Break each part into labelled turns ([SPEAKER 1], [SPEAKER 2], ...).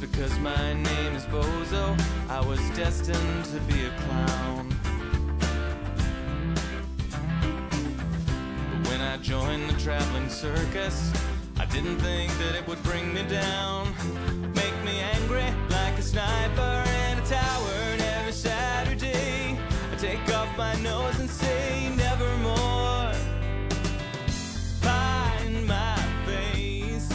[SPEAKER 1] because my name is Bozo. I was destined to be a clown. But when I joined the traveling circus, I didn't think that it would bring me down. Make me angry like a sniper in a tower. And every Saturday, I take off my nose and say, Nevermore. Find my face.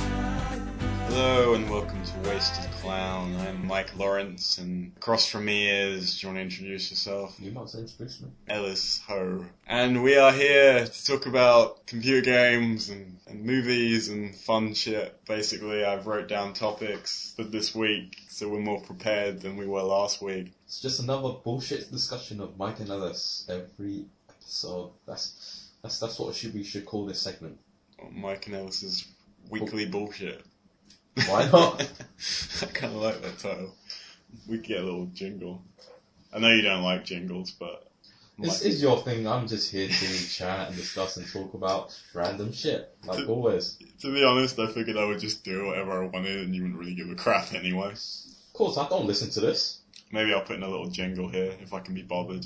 [SPEAKER 2] Hello and welcome to Wasted Clown. I'm Mike Lawrence, and across from me is, do you want to introduce yourself?
[SPEAKER 3] You might say introduce me.
[SPEAKER 2] Ellis Ho. And we are here to talk about computer games and, and movies and fun shit. Basically, I've wrote down topics for this week, so we're more prepared than we were last week.
[SPEAKER 3] It's just another bullshit discussion of Mike and Ellis every episode. That's that's that's what should, we should call this segment.
[SPEAKER 2] Oh, Mike and Ellis's weekly bullshit.
[SPEAKER 3] Why not?
[SPEAKER 2] I kind of like that title. We could get a little jingle. I know you don't like jingles, but
[SPEAKER 3] This is your thing. I'm just here to chat and discuss and talk about random shit, like always.
[SPEAKER 2] To be honest, I figured I would just do whatever I wanted and you wouldn't really give a crap anyway.
[SPEAKER 3] Of course, I don't listen to this.
[SPEAKER 2] Maybe I'll put in a little jingle here if I can be bothered.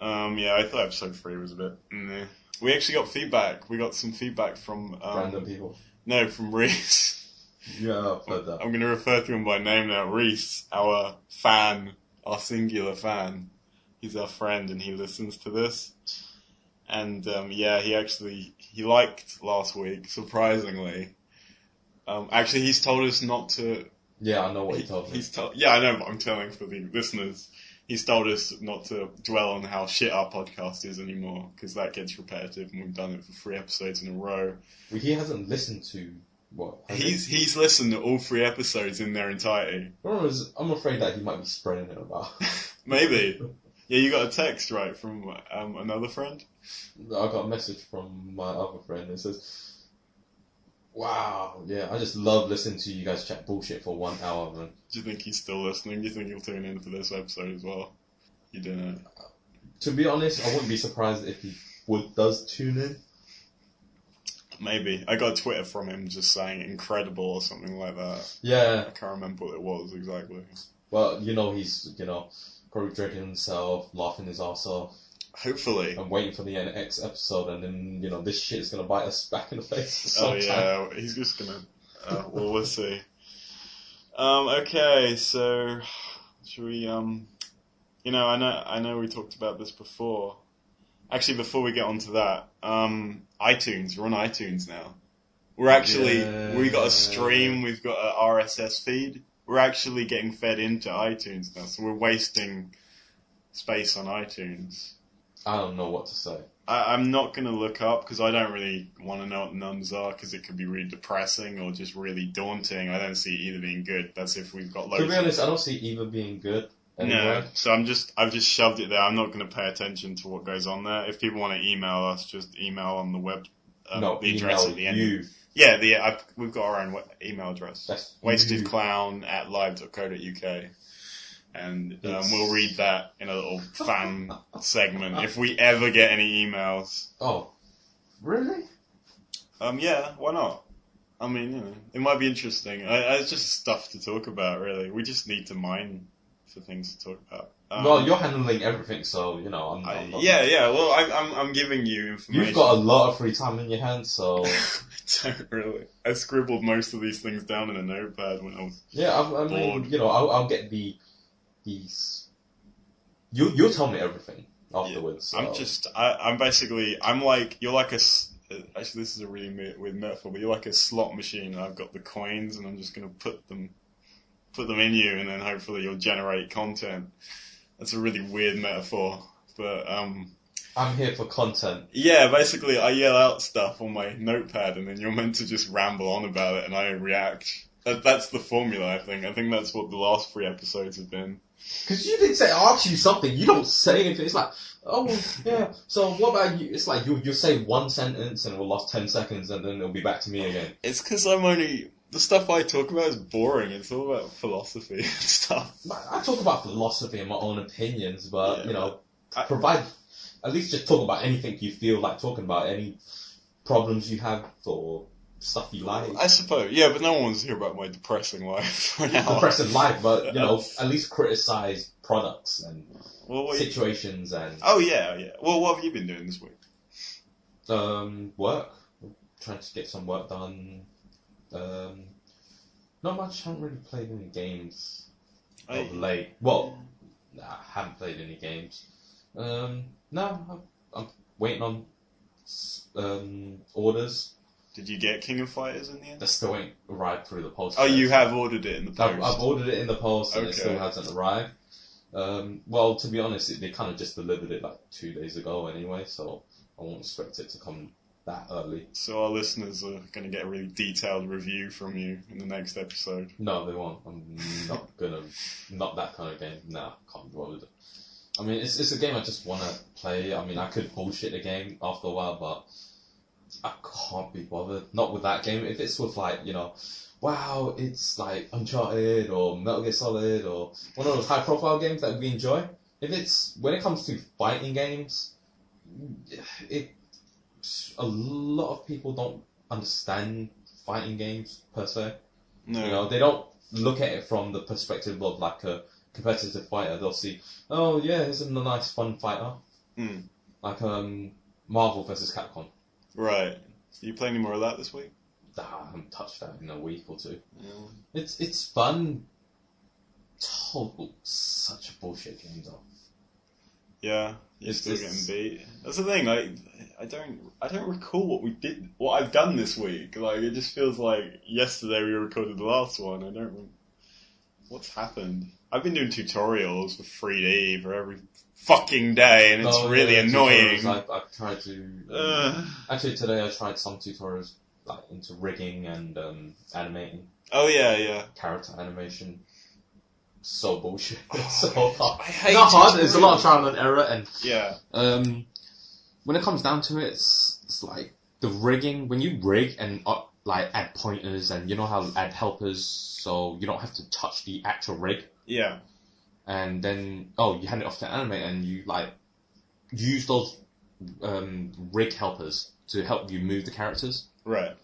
[SPEAKER 2] Um, yeah, I thought episode three was a bit. meh. We actually got feedback. We got some feedback from. Um,
[SPEAKER 3] random people.
[SPEAKER 2] No, from Reese.
[SPEAKER 3] Yeah, I've heard that.
[SPEAKER 2] I'm going to refer to him by name now. Reese, our fan, our singular fan. He's our friend and he listens to this. And um, yeah, he actually he liked last week, surprisingly. Um, actually, he's told us not to
[SPEAKER 3] Yeah, I know what you told me.
[SPEAKER 2] He's told, yeah, I know, but I'm telling for the listeners. He's told us not to dwell on how shit our podcast is anymore because that gets repetitive, and we've done it for three episodes in a row.
[SPEAKER 3] Well, he hasn't listened to what. has he?
[SPEAKER 2] He's he's listened to all three episodes in their entirety.
[SPEAKER 3] Remember, I'm afraid that he might be spreading it about.
[SPEAKER 2] Maybe, yeah, you got a text right from um, another friend.
[SPEAKER 3] I got a message from my other friend that says, "Wow, yeah, I just love listening to you guys chat bullshit for one hour, man.
[SPEAKER 2] Do you think he's still listening? Do you think he'll tune in for this episode as well? You don't know.
[SPEAKER 3] To be honest, I wouldn't be surprised if he would does tune in.
[SPEAKER 2] Maybe I got a Twitter from him just saying incredible or something like that. I
[SPEAKER 3] Yeah,
[SPEAKER 2] can't remember what it was exactly.
[SPEAKER 3] well, you know he's you know probably drinking himself, laughing his ass off,
[SPEAKER 2] Hopefully,
[SPEAKER 3] and waiting for the next episode, and then you know this shit is gonna bite us back in the face.
[SPEAKER 2] Oh
[SPEAKER 3] Sometime.
[SPEAKER 2] yeah, he's just gonna. Uh, well, we'll see. Um, okay, so should we? Um, you know, I know, I know, we talked about this before. Actually, before we get onto that, um, iTunes. We're on iTunes now. We're actually we got a stream. We've got a RSS feed. We're actually getting fed into iTunes now, so we're wasting space on iTunes.
[SPEAKER 3] I don't know what to say.
[SPEAKER 2] I, I'm not going to look up because I don't really want to know what the numbers are because it could be really depressing or just really daunting. I don't see either being good. That's if we've got
[SPEAKER 3] To
[SPEAKER 2] loads.
[SPEAKER 3] be honest, I don't see either being good. Anyway.
[SPEAKER 2] No, so I'm just I've just shoved it there. I'm not going to pay attention to what goes on there. If people want to email us, just email on the web. Um,
[SPEAKER 3] no,
[SPEAKER 2] the address
[SPEAKER 3] email
[SPEAKER 2] at the end.
[SPEAKER 3] you.
[SPEAKER 2] Yeah, the I've, we've got our own we- email address.
[SPEAKER 3] That's you.
[SPEAKER 2] Wastedclown at live.co.uk, and um,
[SPEAKER 3] Yes.
[SPEAKER 2] we'll read that in a little fan segment if we ever get any emails.
[SPEAKER 3] Oh, really?
[SPEAKER 2] Um, yeah, why not? I mean, you know, it might be interesting. I, I, it's just stuff to talk about, really. We just need to mine for things to talk about. Um,
[SPEAKER 3] well, you're handling everything, so you know. I'm,
[SPEAKER 2] I,
[SPEAKER 3] I'm not,
[SPEAKER 2] yeah, yeah. Well, I'm, I'm, I'm giving you information.
[SPEAKER 3] You've got a lot of free time in your hands, so
[SPEAKER 2] Don't really. I scribbled most of these things down in a notepad when I was.
[SPEAKER 3] yeah. I, I mean,
[SPEAKER 2] Bored.
[SPEAKER 3] you know, I'll, I'll get the these. You you'll tell me everything afterwards. so-
[SPEAKER 2] I'm just. I, I'm basically. I'm like. You're like a. s- uh, Actually, this is a really me- weird metaphor, but you're like a slot machine, and I've got the coins, and I'm just gonna put them, put them in you, and then hopefully you'll generate content. That's a really weird metaphor, but um,
[SPEAKER 3] I'm here for content.
[SPEAKER 2] Yeah, basically, I yell out stuff on my notepad, and then you're meant to just ramble on about it, and I react. That, that's the formula, I think. I think that's what the last three episodes have been.
[SPEAKER 3] Cause you did say I asked you something. You don't say anything. It's like, oh well, yeah. So what about you? It's like you you say one sentence and we'll last ten seconds and then it'll be back to me again.
[SPEAKER 2] It's because I'm only the stuff I talk about is boring. It's all about philosophy and stuff.
[SPEAKER 3] But I talk about philosophy and my own opinions, but
[SPEAKER 2] Yeah,
[SPEAKER 3] you know,
[SPEAKER 2] I-
[SPEAKER 3] provide at least just talk about anything you feel like talking about, any problems you have or stuff you like.
[SPEAKER 2] I suppose. Yeah, but no one wants to hear about my depressing life for an hour.
[SPEAKER 3] Depressing life, but you know, at least criticize products and
[SPEAKER 2] Well, what you-
[SPEAKER 3] situations and
[SPEAKER 2] oh yeah, yeah. Well, what have you been doing this week?
[SPEAKER 3] um, work. Trying to get some work done. Um, not much. Haven't really played any games of
[SPEAKER 2] I,
[SPEAKER 3] late. Well, nah, haven't played any games. Um, no, I'm, I'm waiting on s- um, orders
[SPEAKER 2] did you get King of Fighters in the end?
[SPEAKER 3] that still ain't arrived through the post.
[SPEAKER 2] Oh,
[SPEAKER 3] yet.
[SPEAKER 2] you have ordered it in the
[SPEAKER 3] I've,
[SPEAKER 2] post.
[SPEAKER 3] I've ordered it in the post and it
[SPEAKER 2] Okay.
[SPEAKER 3] still hasn't arrived. Um, well, to be honest, it, they kind of just delivered it like two days ago anyway, so I won't expect it to come that early.
[SPEAKER 2] So our listeners are going to get a really detailed review from you in the next episode.
[SPEAKER 3] No, they won't. I'm not gonna, not that kind of game. Nah, can't be bothered. I mean, it's it's a game I just want to play. I mean, I could bullshit the game after a while, but I can't be bothered. Not with that game. If it's with like you know, wow, it's like Uncharted or Metal Gear Solid or one of those high profile games that we enjoy. If it's when it comes to fighting games, it a lot of people don't understand fighting games per se.
[SPEAKER 2] No.
[SPEAKER 3] You know, they don't look at it from the perspective of like a competitive fighter. They'll see, oh yeah, isn't a nice fun fighter?
[SPEAKER 2] Hmm.
[SPEAKER 3] Like um, Marvel versus Capcom.
[SPEAKER 2] Right. You play any more of that this week?
[SPEAKER 3] Ah, I haven't touched that in a week or two.
[SPEAKER 2] No.
[SPEAKER 3] It's it's fun. Total such a bullshit game though.
[SPEAKER 2] Yeah. You're
[SPEAKER 3] It's
[SPEAKER 2] still
[SPEAKER 3] just-
[SPEAKER 2] getting beat. That's the thing. Like, I don't. I don't recall what we did. What I've done this week. Like, it just feels like yesterday we recorded the last one. I don't. Re- What's happened? I've been doing tutorials for 3D for every fucking day, and it's
[SPEAKER 3] Oh,
[SPEAKER 2] really
[SPEAKER 3] yeah,
[SPEAKER 2] annoying. Uh,
[SPEAKER 3] tutorials, I've, I've tried to. um,
[SPEAKER 2] Ugh.
[SPEAKER 3] Actually, today I tried some tutorials like into rigging and um, animating
[SPEAKER 2] oh yeah, yeah.
[SPEAKER 3] character animation. So bullshit. so hard.
[SPEAKER 2] Oh, I hate
[SPEAKER 3] It's not hard.
[SPEAKER 2] tutorials.
[SPEAKER 3] It's a lot of trial and error, and
[SPEAKER 2] Yeah.
[SPEAKER 3] um, when it comes down to it, it's, it's like the rigging. When you rig and up, like add pointers, and you know how to add helpers, so you don't have to touch the actual rig,
[SPEAKER 2] Yeah.
[SPEAKER 3] and then oh, you hand it off to animate, and you like use those um, rig helpers to help you move the characters.
[SPEAKER 2] Right.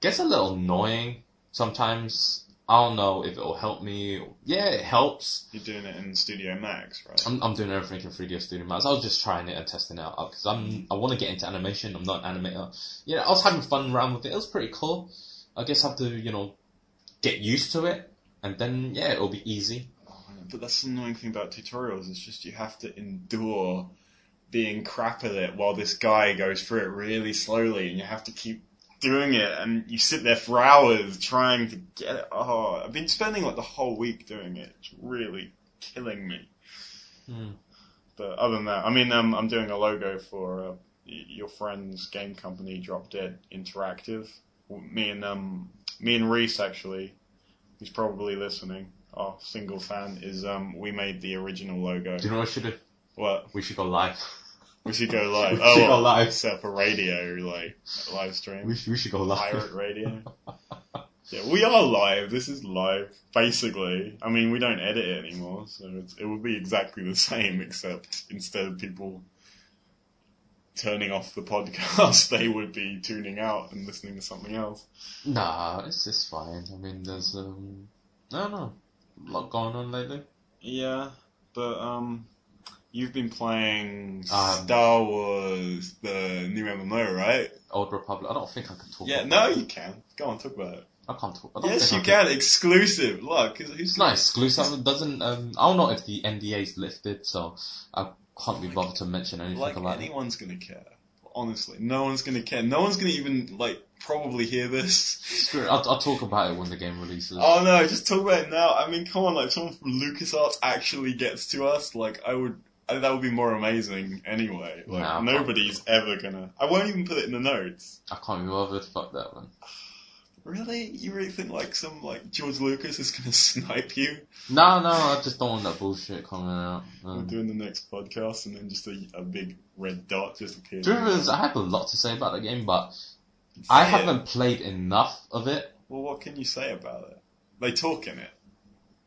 [SPEAKER 3] Gets a little annoying sometimes. I don't know if it'll help me. Yeah, it helps.
[SPEAKER 2] You're doing it in Studio Max, right?
[SPEAKER 3] I'm, I'm doing everything in 3D Studio Max. I was just trying it and testing it out because I'm I want to get into animation. I'm not an animator. Yeah, I was having fun around with it. It was pretty cool. I guess I have to you know get used to it, and then yeah, it'll be easy.
[SPEAKER 2] Oh, I know, But that's the annoying thing about tutorials. It's just you have to endure being crap at it while this guy goes through it really slowly, and you have to keep doing it, and you sit there for hours trying to get it. Oh, I've been spending like the whole week doing it. It's really killing me.
[SPEAKER 3] Hmm.
[SPEAKER 2] But other than that, I mean, um, I'm doing a logo for uh, y- your friend's game company, Drop Dead Interactive. Me and um, me and Reese actually, who's probably listening, our single fan is um, we made the original logo.
[SPEAKER 3] Do you know what we should do?
[SPEAKER 2] What
[SPEAKER 3] We should go live.
[SPEAKER 2] we should go live?
[SPEAKER 3] We should go
[SPEAKER 2] well,
[SPEAKER 3] live.
[SPEAKER 2] Set up a radio like live stream,
[SPEAKER 3] We should, we should go live.
[SPEAKER 2] pirate radio. Yeah, we are live. This is live, basically. I mean, we don't edit it anymore, so it's, it would be exactly the same, except instead of people turning off the podcast, they would be tuning out and listening to something else.
[SPEAKER 3] Nah, it's it's fine. I mean, there's um, I don't know, a lot going on lately.
[SPEAKER 2] Yeah, but um, you've been playing
[SPEAKER 3] Um,
[SPEAKER 2] Star Wars, the new MMO, right?
[SPEAKER 3] Old Republic. I don't think I can talk.
[SPEAKER 2] Yeah, no,
[SPEAKER 3] about
[SPEAKER 2] Oh, you
[SPEAKER 3] it.
[SPEAKER 2] can. Go on, talk about it.
[SPEAKER 3] I can't talk. I don't
[SPEAKER 2] Yes, you
[SPEAKER 3] think I
[SPEAKER 2] can. Exclusive. Look, who's- who's
[SPEAKER 3] It's not exclusive. It doesn't. Um, I don't know if the NDA's lifted, so I can't be bothered to mention anything
[SPEAKER 2] like
[SPEAKER 3] about it.
[SPEAKER 2] anyone's gonna care. Honestly, no one's gonna care. No one's gonna even like probably hear this.
[SPEAKER 3] Screw it. I'll, I'll talk about it when the game releases.
[SPEAKER 2] Oh no, just talk about it now. I mean, come on, like if someone from LucasArts actually gets to us, like I would, I, that would be more amazing anyway. Like
[SPEAKER 3] Nah, I'm
[SPEAKER 2] nobody's ever gonna. I won't even put it in the notes.
[SPEAKER 3] I can't be bothered. Fuck that one.
[SPEAKER 2] Really? You really think like some like George Lucas is gonna snipe you?
[SPEAKER 3] No, no, I just don't want that bullshit coming out.
[SPEAKER 2] We're
[SPEAKER 3] Um,
[SPEAKER 2] doing the next podcast, and then just a, a big red dot just appears.
[SPEAKER 3] do you remember, I have a lot to say about the game, but I
[SPEAKER 2] Say it.
[SPEAKER 3] haven't played enough of it.
[SPEAKER 2] Well, what can you say about it? They talk in it,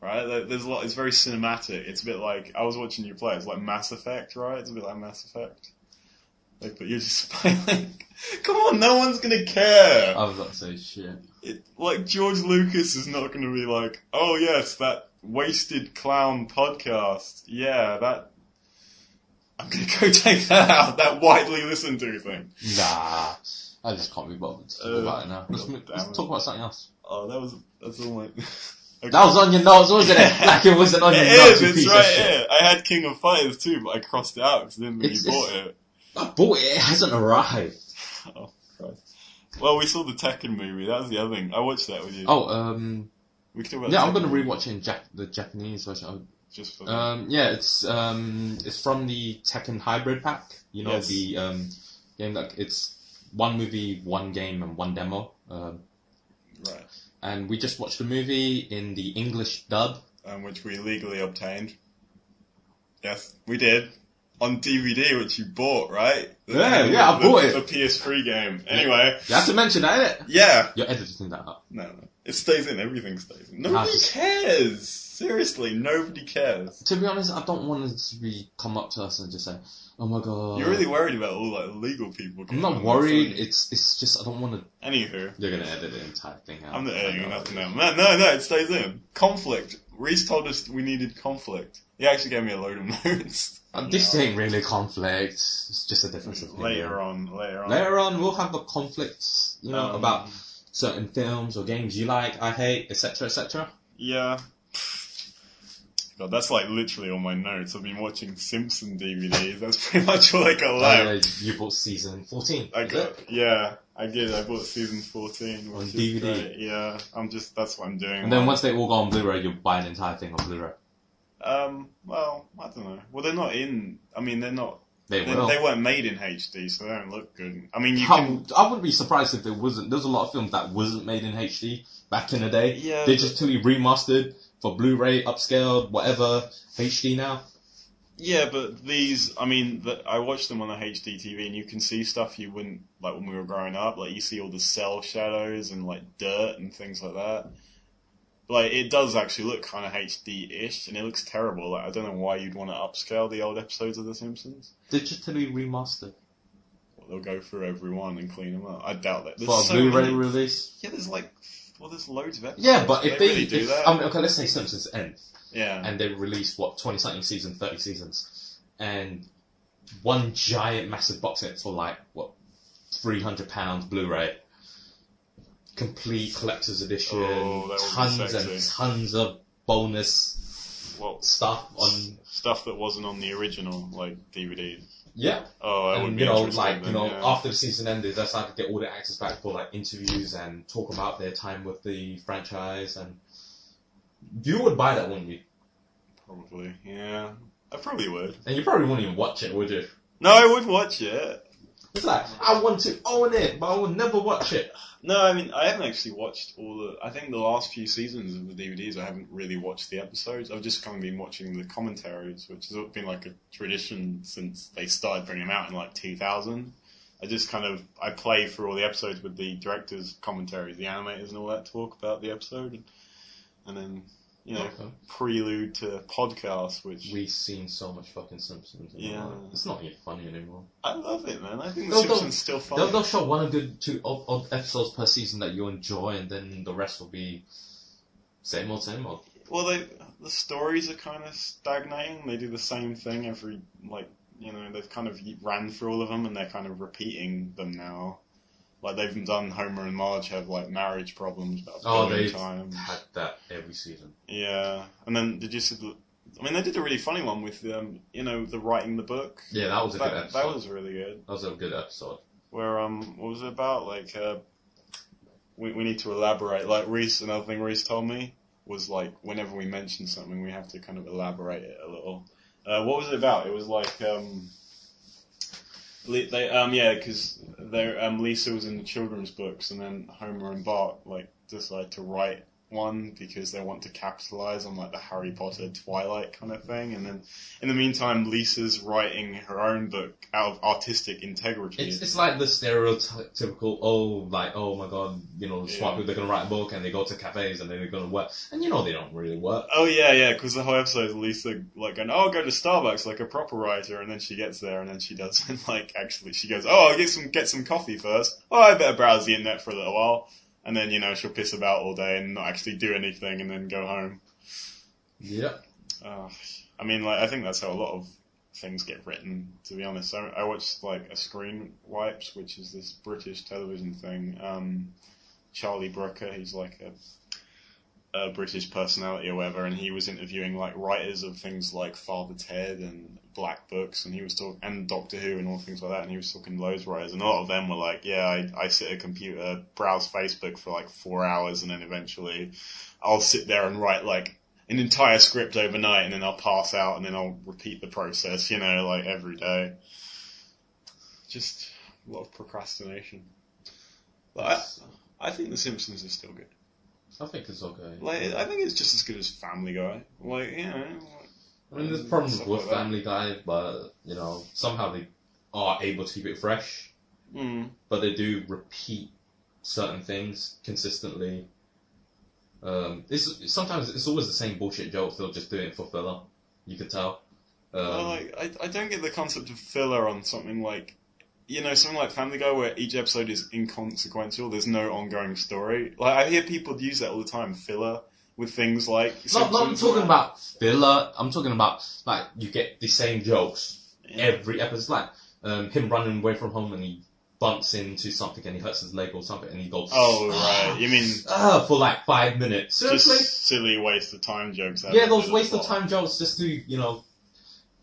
[SPEAKER 2] right? There- There's a lot. It's very cinematic. It's a bit like I was watching you play. It's like Mass Effect, right? It's a bit like Mass Effect. Like, but you're just like, come on, no one's gonna care.
[SPEAKER 3] I was about to say shit.
[SPEAKER 2] it, like George Lucas is not going to be like, oh yes, that wasted clown podcast. Yeah, that I'm going to go take that out. That widely listened to thing.
[SPEAKER 3] Nah, I just can't be bothered to talk
[SPEAKER 2] Uh,
[SPEAKER 3] about it now. Let's,
[SPEAKER 2] God
[SPEAKER 3] m-
[SPEAKER 2] damn
[SPEAKER 3] let's
[SPEAKER 2] it.
[SPEAKER 3] talk about something else.
[SPEAKER 2] Oh, that was that's all my. Okay.
[SPEAKER 3] That was on your notes, wasn't it? Like it wasn't on your
[SPEAKER 2] It is.
[SPEAKER 3] notes. you
[SPEAKER 2] It's
[SPEAKER 3] piece of
[SPEAKER 2] right
[SPEAKER 3] shit.
[SPEAKER 2] here. I had King of Fighters too, but I crossed it out because I didn't really
[SPEAKER 3] It's-
[SPEAKER 2] bought it.
[SPEAKER 3] I bought it. It hasn't arrived.
[SPEAKER 2] Oh Christ. Well, we saw the Tekken movie. That was the other thing. I watched that with you.
[SPEAKER 3] Oh, um,
[SPEAKER 2] we can talk about
[SPEAKER 3] yeah,
[SPEAKER 2] the
[SPEAKER 3] I'm
[SPEAKER 2] Tekken
[SPEAKER 3] gonna
[SPEAKER 2] movie
[SPEAKER 3] rewatch it in Jap- the Japanese version.
[SPEAKER 2] just for
[SPEAKER 3] Um, yeah, it's um, it's from the Tekken Hybrid Pack. You know
[SPEAKER 2] Yes.
[SPEAKER 3] the um, game that it's one movie, one game, and one demo. Um,
[SPEAKER 2] right,
[SPEAKER 3] and we just watched the movie in the English dub.
[SPEAKER 2] um, which we legally obtained. Yes, we did. On DVD, which you bought, right?
[SPEAKER 3] Yeah, yeah, I
[SPEAKER 2] The-
[SPEAKER 3] bought it.
[SPEAKER 2] The PS3 game. Anyway,
[SPEAKER 3] You have to mention that. Innit?
[SPEAKER 2] yeah.
[SPEAKER 3] You're editing that up.
[SPEAKER 2] No, no. It stays in, everything stays in. Nobody
[SPEAKER 3] just-
[SPEAKER 2] cares! Seriously, nobody cares.
[SPEAKER 3] To be honest, I don't want it to be come up to us and just say, "Oh my god."
[SPEAKER 2] You're really worried about all, like, legal people.
[SPEAKER 3] I'm
[SPEAKER 2] getting on
[SPEAKER 3] not
[SPEAKER 2] this,
[SPEAKER 3] worried.
[SPEAKER 2] aren't you?
[SPEAKER 3] It's it's just I don't want to.
[SPEAKER 2] Anywho.
[SPEAKER 3] You're gonna edit the entire thing out.
[SPEAKER 2] I'm not editing
[SPEAKER 3] I know.
[SPEAKER 2] nothing now. No, no, no, it stays in. Conflict. Reese told us we needed conflict. He actually gave me a load of notes.
[SPEAKER 3] Uh, This ain't really conflict. It's just a difference of opinion.
[SPEAKER 2] Mm, Later on, later on.
[SPEAKER 3] Later on, we'll have the conflicts, you know,
[SPEAKER 2] Um,
[SPEAKER 3] about certain films or games you like, I hate, etc., etc.
[SPEAKER 2] Yeah. God, that's like literally all my notes. I've been watching Simpson DVDs. That's pretty much all I got left.
[SPEAKER 3] Uh, you bought season fourteen.
[SPEAKER 2] I
[SPEAKER 3] is
[SPEAKER 2] got,
[SPEAKER 3] it?
[SPEAKER 2] yeah, I did. I bought season fourteen
[SPEAKER 3] On
[SPEAKER 2] which is
[SPEAKER 3] DVD.
[SPEAKER 2] great. Yeah, I'm just that's what I'm doing.
[SPEAKER 3] And then once they all go on Blu-ray, you'll buy an entire thing on Blu-ray.
[SPEAKER 2] um, well, I don't know. Well, they're not in. I mean, they're not.
[SPEAKER 3] They
[SPEAKER 2] They,
[SPEAKER 3] will.
[SPEAKER 2] they weren't made in HD, so they don't look good. I mean, you
[SPEAKER 3] How-
[SPEAKER 2] can.
[SPEAKER 3] I wouldn't be surprised if there wasn't. There's a lot of films that wasn't made in HD back in the day.
[SPEAKER 2] Yeah.
[SPEAKER 3] digitally remastered for Blu-ray, upscaled, whatever, HD now.
[SPEAKER 2] Yeah, but these, I mean, the, I watched them on the HD TV, and you can see stuff you wouldn't like when we were growing up. Like you see all the cell shadows and like dirt and things like that. Like it does actually look kind of HD-ish, and it looks terrible. Like I don't know why you'd want to upscale the old episodes of The Simpsons.
[SPEAKER 3] Digitally remastered
[SPEAKER 2] Well, they'll go through every one and clean them up. I doubt that. There's
[SPEAKER 3] for a
[SPEAKER 2] so
[SPEAKER 3] Blu-ray
[SPEAKER 2] many-
[SPEAKER 3] release.
[SPEAKER 2] Yeah, there's like, well, there's loads of episodes.
[SPEAKER 3] Yeah, but if they,
[SPEAKER 2] really do
[SPEAKER 3] if-
[SPEAKER 2] that,
[SPEAKER 3] I mean, okay, let's say Simpsons end,
[SPEAKER 2] yeah,
[SPEAKER 3] and they release what twenty something seasons, thirty seasons, and one giant massive box set for like what three hundred pounds Blu-ray, complete collector's edition,
[SPEAKER 2] Oh, that would be
[SPEAKER 3] tons and
[SPEAKER 2] sexy.
[SPEAKER 3] tons of bonus
[SPEAKER 2] well,
[SPEAKER 3] stuff on.
[SPEAKER 2] stuff that wasn't on the original like DVD.
[SPEAKER 3] Yeah,
[SPEAKER 2] Oh, I would
[SPEAKER 3] and
[SPEAKER 2] be
[SPEAKER 3] you know,
[SPEAKER 2] interested
[SPEAKER 3] like you
[SPEAKER 2] then,
[SPEAKER 3] know,
[SPEAKER 2] yeah.
[SPEAKER 3] after the season ended, that's how I could get all the access back for like interviews and talk about their time with the franchise. And you would buy that, wouldn't you?
[SPEAKER 2] Probably, yeah. I probably would.
[SPEAKER 3] And you probably wouldn't even watch it, would you?
[SPEAKER 2] No, I would watch it.
[SPEAKER 3] It's like I want to own it, but I will never watch it.
[SPEAKER 2] No, I mean, I haven't actually watched all the. I think the last few seasons of the DVDs, I haven't really watched the episodes. I've just kind of been watching the commentaries, which has been like a tradition since they started bringing them out in like 2000. I just kind of I play through all the episodes with the directors' commentaries, the animators, and all that talk about the episode, and then you know prelude to podcasts, which
[SPEAKER 3] We've seen so much fucking Simpsons. and
[SPEAKER 2] Yeah.
[SPEAKER 3] all that. it's not even funny anymore.
[SPEAKER 2] I love it, man. I think The
[SPEAKER 3] They'll- they'll-
[SPEAKER 2] Simpsons still funny.
[SPEAKER 3] They'll, they'll show one or good two odd, odd episodes per season that you enjoy, and then the rest will be same old, same old.
[SPEAKER 2] Well, they the stories are kind of stagnating. They do the same thing every like you know they've kind of ran through all of them and they're kind of repeating them now. Like they've done Homer and Marge have like marriage problems about a
[SPEAKER 3] Oh,
[SPEAKER 2] billion
[SPEAKER 3] they've
[SPEAKER 2] times.
[SPEAKER 3] had that every season.
[SPEAKER 2] Yeah, and then did you see the? I mean, they did a really funny one with um you know the writing the book.
[SPEAKER 3] Yeah, that was a
[SPEAKER 2] that,
[SPEAKER 3] good episode.
[SPEAKER 2] that was really good.
[SPEAKER 3] That was a good episode.
[SPEAKER 2] Where um what was it about like uh. We, we need to elaborate. Like Reese, another thing Reese told me was like whenever we mention something, we have to kind of elaborate it a little. Uh, what was it about? It was like um, Le- they um yeah because they um Lisa was in the children's books, and then Homer and Bart like decided to write one because they want to capitalize on like the Harry Potter Twilight kind of thing, and then in the meantime, Lisa's writing her own book out of artistic integrity.
[SPEAKER 3] It's, it's like the stereotypical, oh, like, oh my god, you know, smart
[SPEAKER 2] Yeah.
[SPEAKER 3] people, they're going to write a book and they go to cafes and then they're going to work. And you know they don't really work.
[SPEAKER 2] Oh yeah, yeah, because the whole episode is Lisa like going, "Oh, I'll go to Starbucks like a proper writer," and then she gets there and then she doesn't like actually. She goes, "Oh, I'll get some get some coffee first. Oh, I better browse the internet for a little while," and then you know she'll piss about all day and not actually do anything and then go home.
[SPEAKER 3] Yeah.
[SPEAKER 2] Uh, I mean, like I think that's how a lot of things get written. To be honest, I, I watched like a Screen Wipes, which is this British television thing. Um, Charlie Brooker, he's like a a British personality or whatever, and he was interviewing like writers of things like Father Ted and Black Books, and he was talking and Doctor Who and all things like that, and he was talking to those writers, and a lot of them were like, yeah, I, I sit at a computer, browse Facebook for like four hours, and then eventually I'll sit there and write like an entire script overnight, and then I'll pass out, and then I'll repeat the process, you know, like every day. Just a lot of procrastination. But I, I think The Simpsons is still good.
[SPEAKER 3] I think it's okay.
[SPEAKER 2] Like, I think it's just as good as Family Guy. Like, you know. like-
[SPEAKER 3] I mean, there's problems
[SPEAKER 2] Stuff
[SPEAKER 3] with
[SPEAKER 2] Um, like that.
[SPEAKER 3] Family Guy, but, you know, somehow they are able to keep it fresh,
[SPEAKER 2] Mm.
[SPEAKER 3] but they do repeat certain things consistently. Um, it's, sometimes it's always the same bullshit jokes, they'll just do it for filler. You could tell. Um,
[SPEAKER 2] Well, like, I, I don't get the concept of filler on something like, you know, something like Family Guy where each episode is inconsequential. There's no ongoing story. Like, I hear people use that all the time, filler, with things like.
[SPEAKER 3] not, not
[SPEAKER 2] Simpsons.
[SPEAKER 3] talking about filler. I'm talking about like you get the same jokes
[SPEAKER 2] Yeah.
[SPEAKER 3] every episode. Like um, him running away from home and he bumps into something and he hurts his leg or something and he goes.
[SPEAKER 2] Oh, right. You mean
[SPEAKER 3] "Ah," for like five minutes. Seriously?
[SPEAKER 2] just silly waste of time jokes? that
[SPEAKER 3] yeah,
[SPEAKER 2] are
[SPEAKER 3] those
[SPEAKER 2] just
[SPEAKER 3] waste of
[SPEAKER 2] plot.
[SPEAKER 3] time jokes just to you know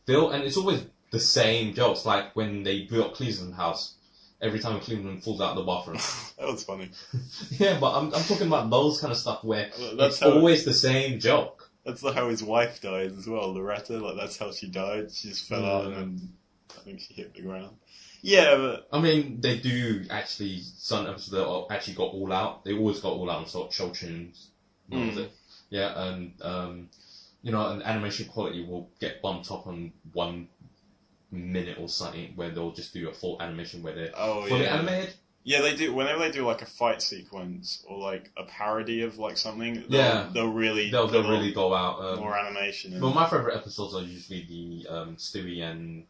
[SPEAKER 3] fill, and it's always the same jokes. Like when they built Cleveland House, every time Cleveland falls out the bathroom.
[SPEAKER 2] that was funny.
[SPEAKER 3] yeah, but I'm I'm talking about those kind of stuff where
[SPEAKER 2] That's
[SPEAKER 3] it's
[SPEAKER 2] how,
[SPEAKER 3] always the same joke.
[SPEAKER 2] that's how his wife died as well, Loretta. Like, that's how she died. She just fell out and
[SPEAKER 3] Yeah.
[SPEAKER 2] then I think she hit the ground. Yeah, but
[SPEAKER 3] I mean, they do actually. Some episodes that are- actually got all out. They always got all out on sort of show tunes. What was
[SPEAKER 2] Mm.
[SPEAKER 3] it? Yeah, and um, you know, and animation quality will get bumped up on one minute or something, where they'll just do a full animation where they're
[SPEAKER 2] Oh
[SPEAKER 3] fully
[SPEAKER 2] yeah.
[SPEAKER 3] animated.
[SPEAKER 2] Yeah, they do. Whenever they do like a fight sequence or like a parody of like something, they'll,
[SPEAKER 3] Yeah.
[SPEAKER 2] they'll really
[SPEAKER 3] They'll they'll
[SPEAKER 2] put
[SPEAKER 3] really go out.
[SPEAKER 2] on more
[SPEAKER 3] Um,
[SPEAKER 2] animation. And,
[SPEAKER 3] well, my favorite episodes are usually the um, Stewie and